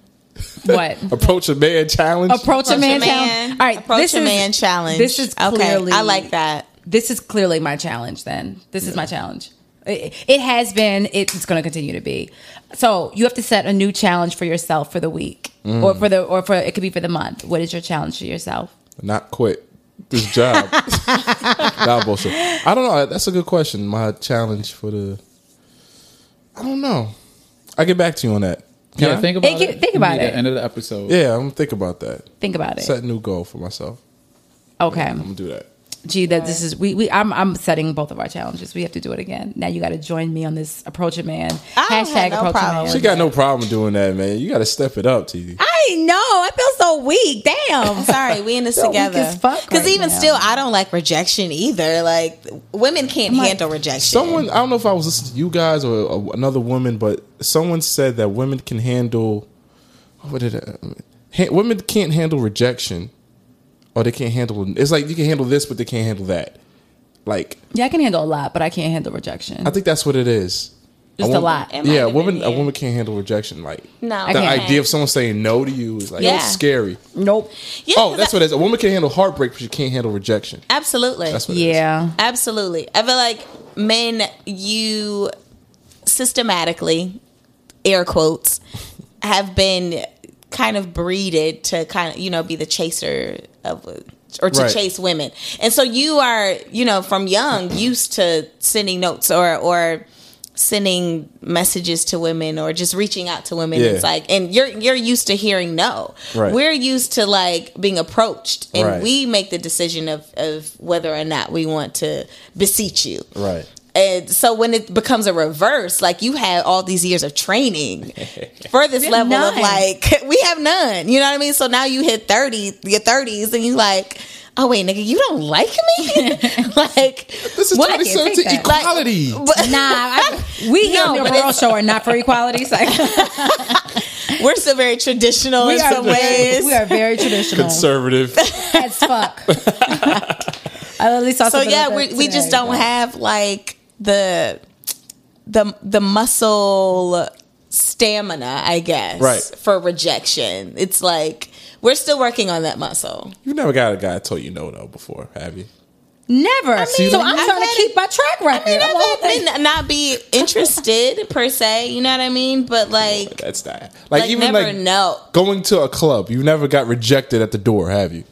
Speaker 1: what.
Speaker 3: Approach a man challenge.
Speaker 1: Approach, a man, challenge. All right,
Speaker 2: Approach
Speaker 1: this
Speaker 2: a
Speaker 1: is-
Speaker 2: man challenge.
Speaker 1: This is clearly.
Speaker 2: okay. I like that.
Speaker 1: This is clearly my challenge. Then this is my challenge. It, it has been. It's going to continue to be. So you have to set a new challenge for yourself for the week, or for the, or for it could be for the month. What is your challenge for yourself?
Speaker 3: not quit this job. nah, bullshit. I don't know. That's a good question. My challenge for the. I don't know. I get back to you on that. Can
Speaker 4: Yeah,
Speaker 3: I?
Speaker 4: think about
Speaker 1: Hey,
Speaker 4: it.
Speaker 1: think about
Speaker 4: Maybe
Speaker 1: it.
Speaker 4: At the end of the episode.
Speaker 3: Yeah, I'm gonna think about that.
Speaker 1: Think about it.
Speaker 3: Set a new goal for myself.
Speaker 1: Okay.
Speaker 3: I'm gonna do that.
Speaker 1: Gee, that this is we we I'm I'm setting both of our challenges. We have to do it again. Now you got to join me on this approach a man
Speaker 2: I don't have no problem
Speaker 3: She got no problem doing that, man. You got to step it up, TD.
Speaker 1: I know. I feel so weak. Damn.
Speaker 2: I'm sorry, we in this together.
Speaker 1: as fuck right
Speaker 2: even
Speaker 1: now.
Speaker 2: still, I don't like rejection either. Like women can't handle rejection.
Speaker 3: Someone, I don't know if I was listening to you guys or uh, another woman, but someone said that women can handle. oh, What did I, ha, women can't handle rejection, or they can't handle. It's like you can handle this, but they can't handle that. Like
Speaker 1: Yeah, I can handle a lot, but I can't handle rejection.
Speaker 3: I think that's what it is.
Speaker 1: Just a
Speaker 3: woman-
Speaker 1: lot. It
Speaker 2: might
Speaker 3: Yeah, a
Speaker 2: have been
Speaker 3: woman. A
Speaker 2: it.
Speaker 3: woman can't handle rejection. Like
Speaker 2: No. I
Speaker 3: the
Speaker 1: can't.
Speaker 3: idea of someone saying no to you is like
Speaker 2: Yeah.
Speaker 3: it's scary.
Speaker 1: nope.
Speaker 2: Yeah,
Speaker 3: Oh,
Speaker 2: 'cause
Speaker 3: that's
Speaker 2: I-
Speaker 3: what it is. A woman can handle heartbreak, but she can't handle rejection.
Speaker 2: Absolutely.
Speaker 3: That's what. it is.
Speaker 1: Yeah.
Speaker 2: Absolutely. I feel like men, you systematically, air quotes, have been kind of breeded to kind of, you know, be the chaser of, or to
Speaker 3: Right.
Speaker 2: chase women. And so you are, you know, from young used to sending notes or, or, sending messages to women or just reaching out to women
Speaker 3: Yeah.
Speaker 2: it's like and you're you're used to hearing no
Speaker 3: Right.
Speaker 2: we're used to like being approached and
Speaker 3: Right.
Speaker 2: we make the decision of, of whether or not we want to beseech you
Speaker 3: Right.
Speaker 2: and so when it becomes a reverse like you had all these years of training for this level of
Speaker 1: none.
Speaker 2: like we have none you know what i mean so now you hit 30 your 30s and you like oh wait nigga you don't like me like
Speaker 3: This is
Speaker 1: What? I
Speaker 3: twenty
Speaker 1: can't
Speaker 3: seventeen
Speaker 1: take that.
Speaker 3: equality.
Speaker 2: but
Speaker 1: Nah, I, we here on
Speaker 2: No,
Speaker 1: the
Speaker 2: but
Speaker 1: Real
Speaker 2: it's-
Speaker 1: Show are not for equality. So
Speaker 2: we're still very traditional in some ways
Speaker 1: we are very traditional
Speaker 3: Conservative.
Speaker 1: as fuck. I literally saw
Speaker 2: so
Speaker 1: something
Speaker 2: yeah
Speaker 1: like
Speaker 2: we,
Speaker 1: that
Speaker 2: we just
Speaker 1: today.
Speaker 2: don't have like the the the muscle stamina i guess
Speaker 3: Right.
Speaker 2: for rejection it's like we're still working on that muscle
Speaker 3: You never got a guy tell you no though before, have you?
Speaker 1: never. so I'm
Speaker 2: I've
Speaker 1: trying to
Speaker 2: had
Speaker 1: keep my track record.
Speaker 2: I mean,
Speaker 1: I'm all
Speaker 2: I've
Speaker 1: like-
Speaker 2: been not be interested per se you know what i mean but like
Speaker 3: That's that. Like,
Speaker 2: Like,
Speaker 3: even
Speaker 2: never
Speaker 3: like
Speaker 2: no.
Speaker 3: going to a club, you never got rejected at the door, have you?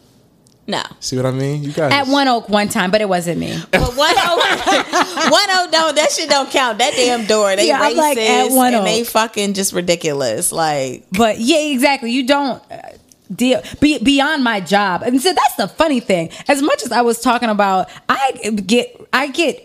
Speaker 2: no
Speaker 3: See what I mean? You guys
Speaker 1: at One Oak one time, but it wasn't me.
Speaker 2: but one oh one oh don't that shit don't count that damn door they
Speaker 1: Yeah,
Speaker 2: racist
Speaker 1: I'm like, at One oh.
Speaker 2: and
Speaker 1: Oak.
Speaker 2: they fucking just ridiculous like
Speaker 1: But yeah, exactly. You don't uh, deal be, beyond my job, and so that's the funny thing. As much as I was talking about, I get I get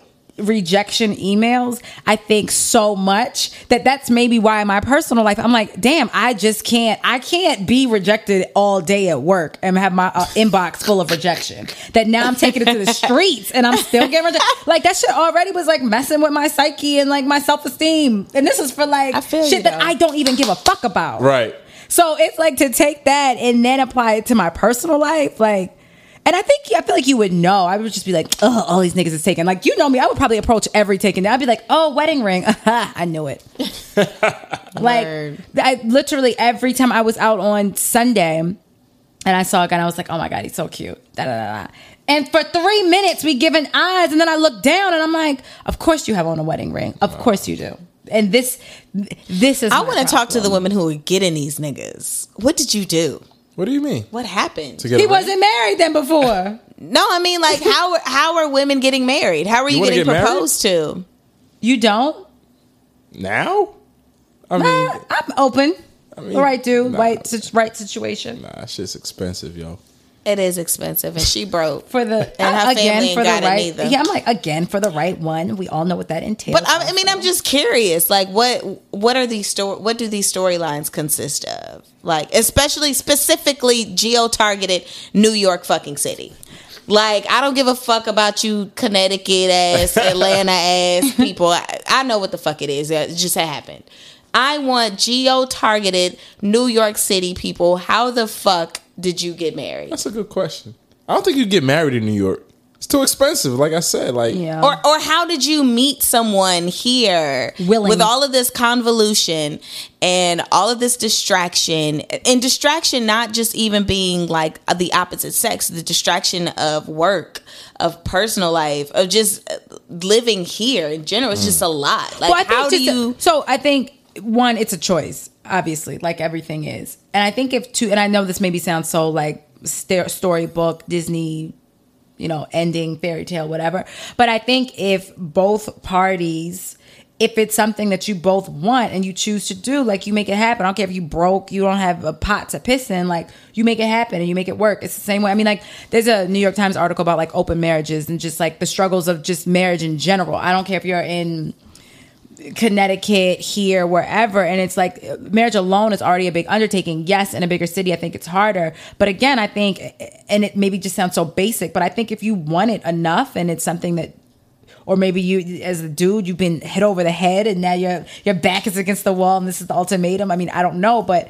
Speaker 1: rejection emails. I think so much that that's maybe why in my personal life I'm like, damn, I just can't. I can't be rejected all day at work and have my uh, inbox full of rejection. That now I'm taking it to the streets and I'm still getting rejected. Like that shit already was like messing with my psyche and like my self esteem. And this is for like
Speaker 2: I feel you,
Speaker 1: shit that
Speaker 2: though.
Speaker 1: I don't even give a fuck about.
Speaker 3: Right.
Speaker 1: So it's like to take that and then apply it to my personal life, like. And I think I feel like you would know. I would just be like, "Oh, all these niggas is taken." Like you know me, I would probably approach every taken. I'd be like, "Oh, wedding ring." I knew it. like
Speaker 2: Word.
Speaker 1: I literally every time I was out on Sunday, and I saw a guy, and I was like, "Oh my god, he's so cute." Da da da. da. And for three minutes, we giving eyes, and then I look down, and I'm like, "Of course you have on a wedding ring. Of course you do." And this, this is.
Speaker 2: i
Speaker 1: Oh my
Speaker 2: want to talk to
Speaker 1: problem.
Speaker 2: the women who are getting these niggas what did you do
Speaker 3: What do you mean?
Speaker 2: what happened
Speaker 3: To get
Speaker 1: He
Speaker 3: a ring?
Speaker 1: wasn't married then before.
Speaker 2: No, I mean like how how are women getting married? How are you,
Speaker 3: You wanna
Speaker 2: getting
Speaker 3: get married?
Speaker 2: proposed to?
Speaker 1: you don't?
Speaker 3: now. I mean,
Speaker 1: Uh, I'm open.
Speaker 3: mean,
Speaker 1: All right, dude.
Speaker 3: nah.
Speaker 1: right, sit- right situation
Speaker 3: nah, shit's expensive, yo.
Speaker 2: It is expensive, and she broke.
Speaker 1: for the
Speaker 2: And her
Speaker 1: again
Speaker 2: family
Speaker 1: for
Speaker 2: ain't
Speaker 1: the
Speaker 2: got it
Speaker 1: right.
Speaker 2: neither.
Speaker 1: Yeah, I'm like again for the right one. We all know what that entails.
Speaker 2: But I, I mean, I'm just curious. Like, what what are these story? What do these storylines consist of? Like, especially specifically geo targeted New York fucking city. Like, I don't give a fuck about you Connecticut ass, Atlanta ass people. I, I know what the fuck it is. It just happened. I want geo targeted New York City people. How the fuck did you get married?
Speaker 3: That's a good question. I don't think you'd get married in New York. It's too expensive. Like I said, like
Speaker 1: yeah.
Speaker 2: or or how did you meet someone here
Speaker 1: Willing.
Speaker 2: with all of this convolution and all of this distraction and distraction not just even being like the opposite sex the distraction of work of personal life of just living here in general it's just a lot like
Speaker 1: well, I think
Speaker 2: how do
Speaker 1: just- uh,
Speaker 2: you
Speaker 1: So I think one, it's a choice, obviously, like everything is. And I think if two, and I know this maybe sounds so like sta- storybook Disney, you know, ending fairy tale, whatever. But I think if both parties if it's something that you both want and you choose to do, like you make it happen. I don't care if you broke, you don't have a pot to piss in, like you make it happen and you make it work. It's the same way. I mean, like there's a New York Times article about like open marriages and just like the struggles of just marriage in general. I don't care if you're in Connecticut, here, wherever. And it's like marriage alone is already a big undertaking. Yes, in a bigger city, I think it's harder. But again, I think, and it maybe just sounds so basic, but I think if you want it enough and it's something that, or maybe you, as a dude, you've been hit over the head and now your your back is against the wall and this is the ultimatum. I mean, I don't know, but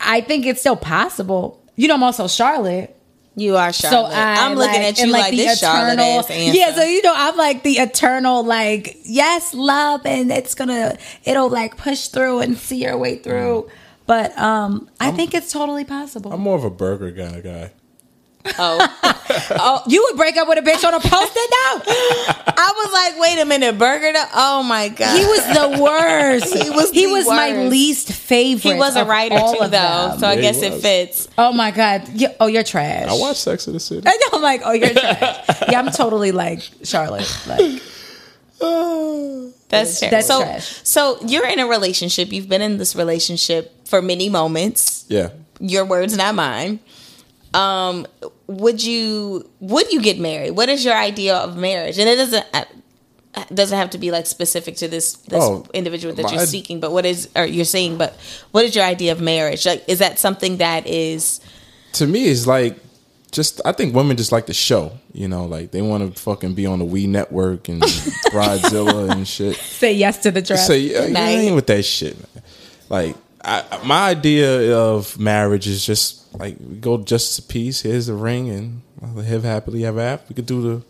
Speaker 1: I think it's still possible. You know, I'm also Charlotte.
Speaker 2: You are Charlotte.
Speaker 1: So I,
Speaker 2: I'm looking
Speaker 1: like-
Speaker 2: at you
Speaker 1: and,
Speaker 2: like, this Charlotte ass answer.
Speaker 1: Yeah, so you know, I'm like the eternal, like yes, love, and it's gonna, it'll like push through and see your
Speaker 2: Mm.
Speaker 1: way through. But um, I think it's totally possible.
Speaker 3: I'm more of a burger guy guy.
Speaker 2: oh.
Speaker 1: you would break up with a bitch on a post-it note.
Speaker 2: I was like, wait a minute, Burger. to- oh my god,
Speaker 1: He was the worst.
Speaker 2: He was
Speaker 1: He
Speaker 2: the
Speaker 1: was my
Speaker 2: worst.
Speaker 1: least favorite.
Speaker 2: He was a
Speaker 1: of
Speaker 2: writer
Speaker 1: all
Speaker 2: too, though,
Speaker 1: of them.
Speaker 2: so I
Speaker 3: Yeah, he
Speaker 2: guess it
Speaker 3: was.
Speaker 2: fits.
Speaker 1: oh my god. You- oh, you're trash.
Speaker 3: I watch Sex in the City.
Speaker 1: I know, I'm like, oh, you're trash. yeah, I'm totally like Charlotte. Like,
Speaker 2: That's fair.
Speaker 1: That's
Speaker 2: so.
Speaker 1: trash.
Speaker 2: So you're in a relationship. You've been in this relationship for many moments.
Speaker 3: Yeah.
Speaker 2: Your words, not mine. Um, would you would you get married? What is your idea of marriage? And it doesn't uh, it doesn't have to be like specific to this this
Speaker 3: Oh,
Speaker 2: individual that
Speaker 3: my-
Speaker 2: you're seeking. But what is or you're saying? But what is your idea of marriage? Like, is that something that is
Speaker 3: to me it's like just I think women just like the show, you know, like they want to fucking be on the Wii Network and Bridezilla and shit.
Speaker 1: say yes to the trash.
Speaker 3: Say yeah, you
Speaker 2: Right.
Speaker 3: ain't with that shit. Man. Like I, my idea of marriage is just like we go justice of peace. Here's the ring, and live happily ever after. We could do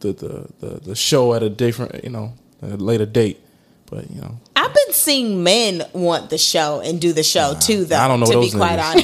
Speaker 3: the the the the, the show at a different, you know, at a later date. But you know,
Speaker 2: I've been seeing men want the show and do the show too, though.
Speaker 3: I don't know
Speaker 2: to
Speaker 3: those
Speaker 2: be quite
Speaker 3: niggas.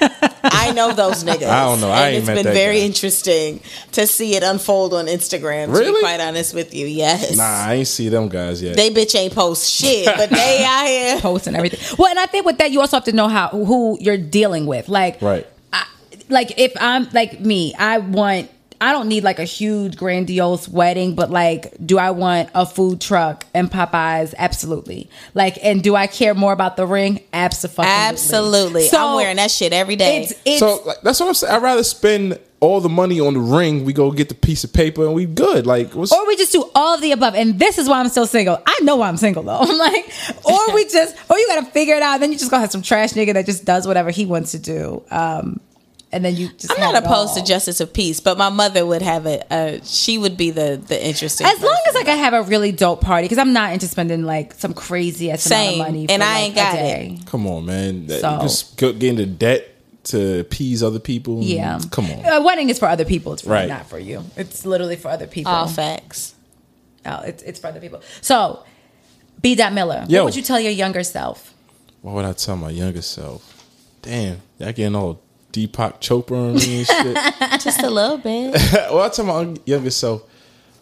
Speaker 2: honest. I know those niggas.
Speaker 3: I don't know. I
Speaker 2: and
Speaker 3: ain't
Speaker 2: it's
Speaker 3: met
Speaker 2: been
Speaker 3: that
Speaker 2: very
Speaker 3: guy.
Speaker 2: interesting to see it unfold on Instagram. To be
Speaker 3: Really?
Speaker 2: quite honest with you, yes.
Speaker 3: nah, I ain't see them guys yet.
Speaker 2: They bitch ain't post shit, but they out here.
Speaker 1: posts and everything. Well, and I think with that, you also have to know how who you're dealing with. Like,
Speaker 3: Right.
Speaker 1: I, like if I'm like me, I want. I don't need like a huge grandiose wedding, but like, do I want a food truck and Popeyes? Absolutely. Like, and do I care more about the ring? Absolutely.
Speaker 2: Absolutely, I'm wearing that shit every day.
Speaker 1: It's, it's
Speaker 3: so like, that's what I'm saying. I'd rather spend all the money on the ring. We go get the piece of paper and we good. Like, what's,
Speaker 1: or we just do all of the above and this is why i'm still single i know why i'm single though i'm like or we just or you gotta figure it out then you just gonna have some trash nigga that just does whatever he wants to do um and then you just
Speaker 2: I'm not
Speaker 1: have it
Speaker 2: opposed
Speaker 1: all.
Speaker 2: to justice of peace, but my mother would have it. Uh, she would be the the interesting.
Speaker 1: as long
Speaker 2: person.
Speaker 1: as like I have a really dope party, because I'm not into spending like some crazy ass
Speaker 2: Same.
Speaker 1: amount of money,
Speaker 2: And
Speaker 1: for,
Speaker 2: I
Speaker 1: like,
Speaker 2: ain't got
Speaker 1: a
Speaker 2: it.
Speaker 1: day.
Speaker 3: come on, man. That,
Speaker 1: So-
Speaker 3: you just go, get into debt to appease other people.
Speaker 1: Yeah,
Speaker 3: Mm,
Speaker 1: Uh,
Speaker 3: come on.
Speaker 1: A wedding is for other people. It's really
Speaker 3: Right.
Speaker 1: not for you. It's literally for other people.
Speaker 2: all facts.
Speaker 1: Oh, it's it's for other people. So, B. Dot Miller,
Speaker 3: Yo.
Speaker 1: what would you tell your younger self?
Speaker 3: What would I tell my younger self? Damn, y'all getting all Deepak Chopra on me and shit.
Speaker 2: Just a little bit.
Speaker 3: well, I tell my younger self,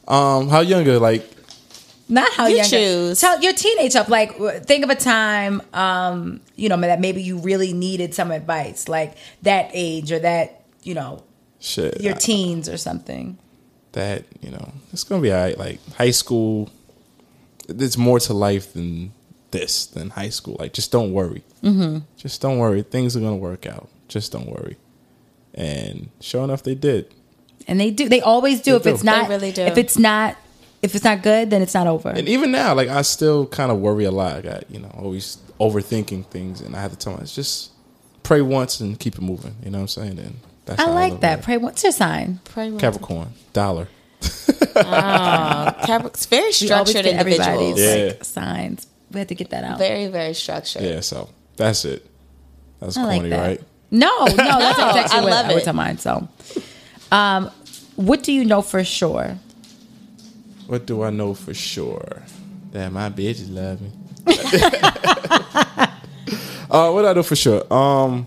Speaker 3: um, how younger? Like,
Speaker 1: Not how
Speaker 2: You
Speaker 1: younger.
Speaker 2: choose.
Speaker 1: Tell your teenage up. Like, w- think of a time, um, you know, that maybe you really needed some advice, like that age or that, you know,
Speaker 3: shit.
Speaker 1: your
Speaker 3: I-
Speaker 1: teens or something.
Speaker 3: that you know it's gonna be all right like high school there's more to life than this than high school like just don't worry mm-hmm. just don't worry things are gonna work out just don't worry and sure enough they did
Speaker 1: And they do. They always do.
Speaker 3: They
Speaker 1: if
Speaker 3: do.
Speaker 1: it's not,
Speaker 2: They really do.
Speaker 1: if it's not, if it's not good, then it's not over.
Speaker 3: and even now like i still kind of worry a lot i got you know always overthinking things and i have to tell myself just pray once and keep it moving you know what i'm saying and that's
Speaker 1: I
Speaker 3: how
Speaker 1: like
Speaker 3: live
Speaker 1: that.
Speaker 3: life.
Speaker 1: Pray. What's your sign?
Speaker 2: Pray more.
Speaker 3: capricorn dollar
Speaker 2: Capricorn. Very
Speaker 1: We always
Speaker 2: structured
Speaker 1: get
Speaker 2: individuals.
Speaker 3: Yeah.
Speaker 1: like signs. We had to get that out.
Speaker 2: Very very structured.
Speaker 3: yeah so that's it that's
Speaker 1: I like
Speaker 3: corny
Speaker 1: that.
Speaker 3: right
Speaker 1: No, no, that's
Speaker 2: No,
Speaker 1: exactly
Speaker 2: I
Speaker 1: what
Speaker 2: love
Speaker 1: I would
Speaker 2: it.
Speaker 1: tell mine. So, um, what do you know for sure?
Speaker 3: What do I know for sure? That my bitches love me. uh, what do I know for sure? Um,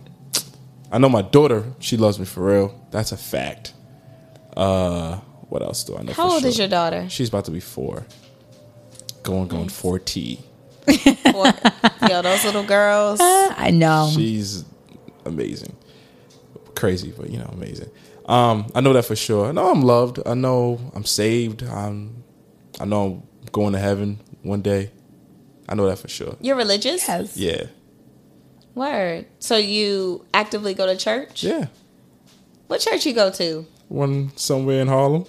Speaker 3: I know my daughter. She loves me for real. That's a fact. Uh, what else do I know?
Speaker 2: How
Speaker 3: for
Speaker 2: old
Speaker 3: sure?
Speaker 2: is your daughter?
Speaker 3: She's about to be four. Going, going four T.
Speaker 2: Boy, Yo, those little girls.
Speaker 1: I know.
Speaker 3: She's amazing, crazy, but you know, amazing. Um, I know that for sure. I know I'm loved. I know I'm saved. I'm. I know I'm going to heaven one day. I know that for sure.
Speaker 2: You're religious?
Speaker 1: Yes.
Speaker 3: Yeah.
Speaker 2: Word. So you actively go to church?
Speaker 3: Yeah.
Speaker 2: What church you go to?
Speaker 3: One somewhere in Harlem.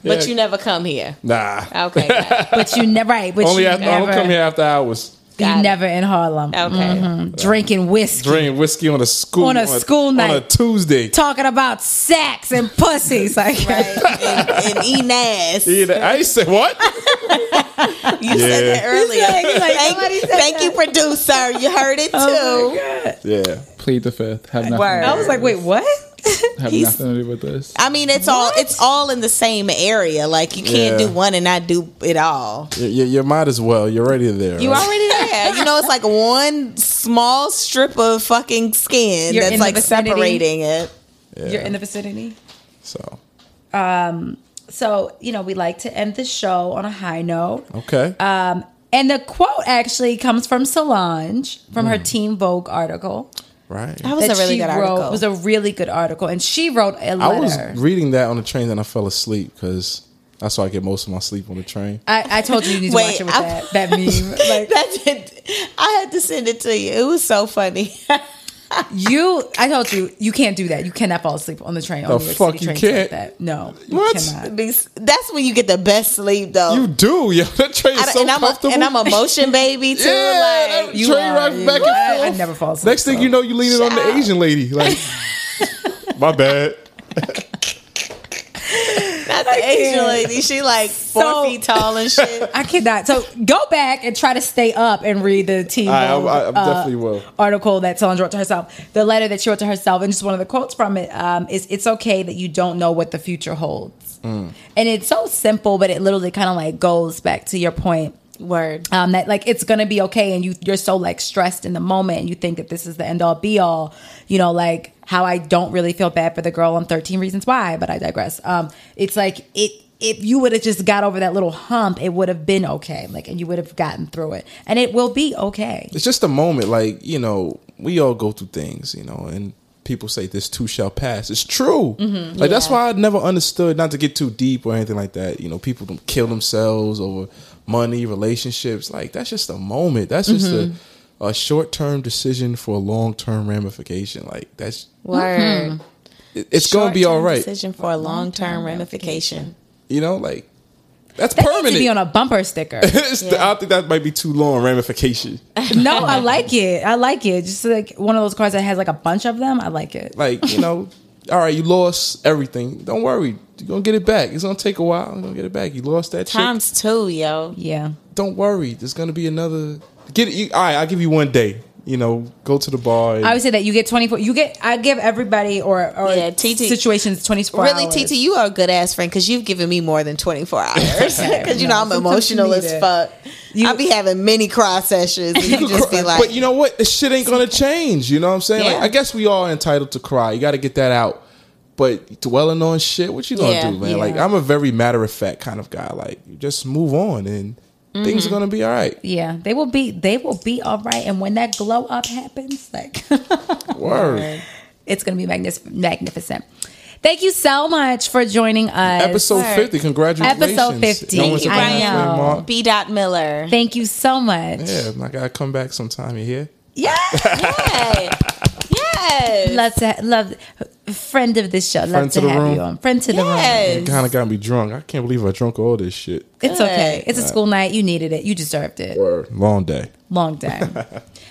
Speaker 3: Yeah.
Speaker 2: But you never come here.
Speaker 3: Nah.
Speaker 2: Okay. got it.
Speaker 1: But you never right. But
Speaker 3: Only
Speaker 1: you
Speaker 3: after, I
Speaker 1: never,
Speaker 3: don't come here after hours.
Speaker 1: You
Speaker 2: Got it.
Speaker 1: never in Harlem Mm,
Speaker 2: Okay.
Speaker 1: Mm-hmm. drinking whiskey,
Speaker 3: Drinking whiskey on a school
Speaker 1: On a school
Speaker 3: on a
Speaker 1: night.
Speaker 3: Tuesday.
Speaker 1: talking about sex and pussies. Like
Speaker 2: And, and Enas.
Speaker 3: Yeah, that- I said what?
Speaker 2: You said
Speaker 3: Yeah.
Speaker 2: that earlier. thank thank you, producer. You heard it too.
Speaker 1: Oh
Speaker 3: yeah.
Speaker 4: Plead the fifth. Have nothing.
Speaker 2: Word.
Speaker 4: To do
Speaker 2: I
Speaker 1: I was like, wait, what?
Speaker 4: with- have
Speaker 2: he's-
Speaker 4: nothing to do with this.
Speaker 2: I mean, it's all it's all in the same area. Like you can't
Speaker 3: Yeah.
Speaker 2: do one and not do it all.
Speaker 3: You, you, you might as well. You're already there.
Speaker 2: You
Speaker 3: right?
Speaker 2: already there. You know, it's like one small strip of fucking skin
Speaker 1: You're in
Speaker 2: that's
Speaker 1: the
Speaker 2: like
Speaker 1: vicinity.
Speaker 2: separating it.
Speaker 1: You're in the vicinity.
Speaker 3: So
Speaker 1: So you know, we like to end the show on a high note.
Speaker 3: okay.
Speaker 1: Uh, And the quote actually comes from Solange from
Speaker 3: Hmm.
Speaker 1: her Teen Vogue article.
Speaker 3: right.
Speaker 2: That was a really
Speaker 1: she
Speaker 2: good
Speaker 1: wrote,
Speaker 2: article.
Speaker 1: It was a really good article, and she wrote a
Speaker 3: I
Speaker 1: letter.
Speaker 3: was reading that on the train and I fell asleep because that's why I get most of my sleep on the train.
Speaker 1: I, I told you you need to
Speaker 2: Wait,
Speaker 1: watch it with
Speaker 2: I-
Speaker 1: that, that meme. Like
Speaker 2: that did, I had to send it to you. It was so funny.
Speaker 1: you, I told you you can't do that. You cannot fall asleep on the train. on
Speaker 3: The
Speaker 1: New York
Speaker 3: fuck
Speaker 1: City
Speaker 3: you
Speaker 1: trains Like
Speaker 3: can't?
Speaker 1: that. No, you
Speaker 3: What?
Speaker 1: cannot.
Speaker 2: These- That's when you get the best sleep, though.
Speaker 3: You do, yo. That train
Speaker 2: I don't-
Speaker 3: is so
Speaker 2: and, I'm a,
Speaker 3: comfortable.
Speaker 2: and I'm a motion baby too.
Speaker 3: Yeah,
Speaker 2: like
Speaker 3: that- Train ride back and
Speaker 1: I, I
Speaker 3: forth.
Speaker 1: never fall asleep.
Speaker 3: Next thing you know, you leaning on the Asian lady. Like, my bad.
Speaker 2: not the Asian lady. She like four
Speaker 1: So-
Speaker 2: feet tall and shit.
Speaker 1: I cannot. So go back and try to stay up and read the team
Speaker 3: I- I- I
Speaker 2: Uh,
Speaker 3: definitely will.
Speaker 1: article that Solange wrote to herself. The letter that she wrote to herself, and just one of the quotes from it um, is, "It's okay that you don't know what the future holds." And it's so simple, but it literally kind of like goes back to your point
Speaker 2: Word.
Speaker 1: um, that like it's gonna be okay and you you're so like stressed in the moment and you think that this is the end all be all you know like how i don't really feel bad for the girl on 13 reasons why but i digress um it's like it if you would have just got over that little hump it would have been okay like and you would have gotten through it and it will be okay
Speaker 3: It's just a moment. Like, you know, we all go through things, you know, and people say this too shall pass. It's true.
Speaker 1: Mm-hmm.
Speaker 3: like, that's why I never understood not to get too deep or anything like that. You know, people don't kill themselves over money, relationships. Like, that's just a moment. That's just
Speaker 1: Mm-hmm.
Speaker 3: a, a short term decision for a long term ramification. Like, that's,
Speaker 2: Word.
Speaker 3: it- it's going to be all
Speaker 2: Short-term
Speaker 3: right.
Speaker 2: Mm-hmm. Decision for a long term ramification.
Speaker 3: You know, like, that's
Speaker 1: that needs
Speaker 3: permanent.
Speaker 1: to be on a bumper sticker
Speaker 3: It's- I think that might be too long ramification.
Speaker 1: no i like it i like it just like one of those cards that has like a bunch of them i like it
Speaker 3: Like you know, all right, you lost everything. Don't worry, you're gonna get it back. It's gonna take a while. You're gonna get it back. You lost that shit.
Speaker 2: Times two, yo.
Speaker 1: yeah
Speaker 3: Don't worry, there's gonna be another. Get it. You, all right, I'll give you one day. You know, go to the bar. and-
Speaker 1: I would say that you get 24. You get, I give everybody or, or
Speaker 2: Yeah, TT.
Speaker 1: situations 24
Speaker 2: Really,
Speaker 1: hours.
Speaker 2: TT, you are a good ass friend because you've given me more than 24 hours.
Speaker 1: Okay.
Speaker 2: Because, you
Speaker 1: No,
Speaker 2: know, I'm
Speaker 1: sometimes
Speaker 2: emotional
Speaker 1: you
Speaker 2: as
Speaker 1: need it.
Speaker 2: fuck.
Speaker 1: You-
Speaker 2: I'll be having many cross sessions. And you just be like,
Speaker 3: but you know what? The shit ain't gonna change. You know what I'm saying? Like,
Speaker 2: Yeah.
Speaker 3: I guess we all entitled to cry. You got to get that out. But dwelling on shit, what you gonna
Speaker 2: Yeah,
Speaker 3: do, man?
Speaker 1: yeah.
Speaker 3: Like I'm a very matter of fact kind of guy. Like you just move on and
Speaker 2: Mm-hmm.
Speaker 3: things are gonna be all right.
Speaker 1: Yeah, they will be, they will be all right. And when that glow up happens, like
Speaker 3: Word.
Speaker 1: it's going to be magnif- magnificent. Thank you so much for joining us.
Speaker 3: Episode
Speaker 2: Word.
Speaker 3: fifty. Congratulations.
Speaker 1: Episode 50.
Speaker 3: No one's
Speaker 1: Thank you,
Speaker 3: a
Speaker 1: I
Speaker 3: halfway
Speaker 1: know.
Speaker 3: mark.
Speaker 2: B. Dot Miller.
Speaker 1: Thank you so much.
Speaker 3: Yeah, I gotta come back sometime. You hear?
Speaker 1: Yeah.
Speaker 2: Yay. yes.
Speaker 1: love to, ha- love, friend of this show.
Speaker 3: Friend
Speaker 1: love to,
Speaker 3: to the
Speaker 1: have
Speaker 3: room.
Speaker 1: you on. Friend to the room.
Speaker 3: It
Speaker 2: yes.
Speaker 3: kind of got me drunk. I can't believe I drunk all this shit.
Speaker 1: It's okay. It's a school night. You needed it. You deserved it.
Speaker 3: Word. Long day.
Speaker 1: Long day.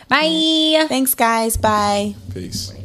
Speaker 1: Bye.
Speaker 2: Thanks, guys. Bye.
Speaker 3: Peace.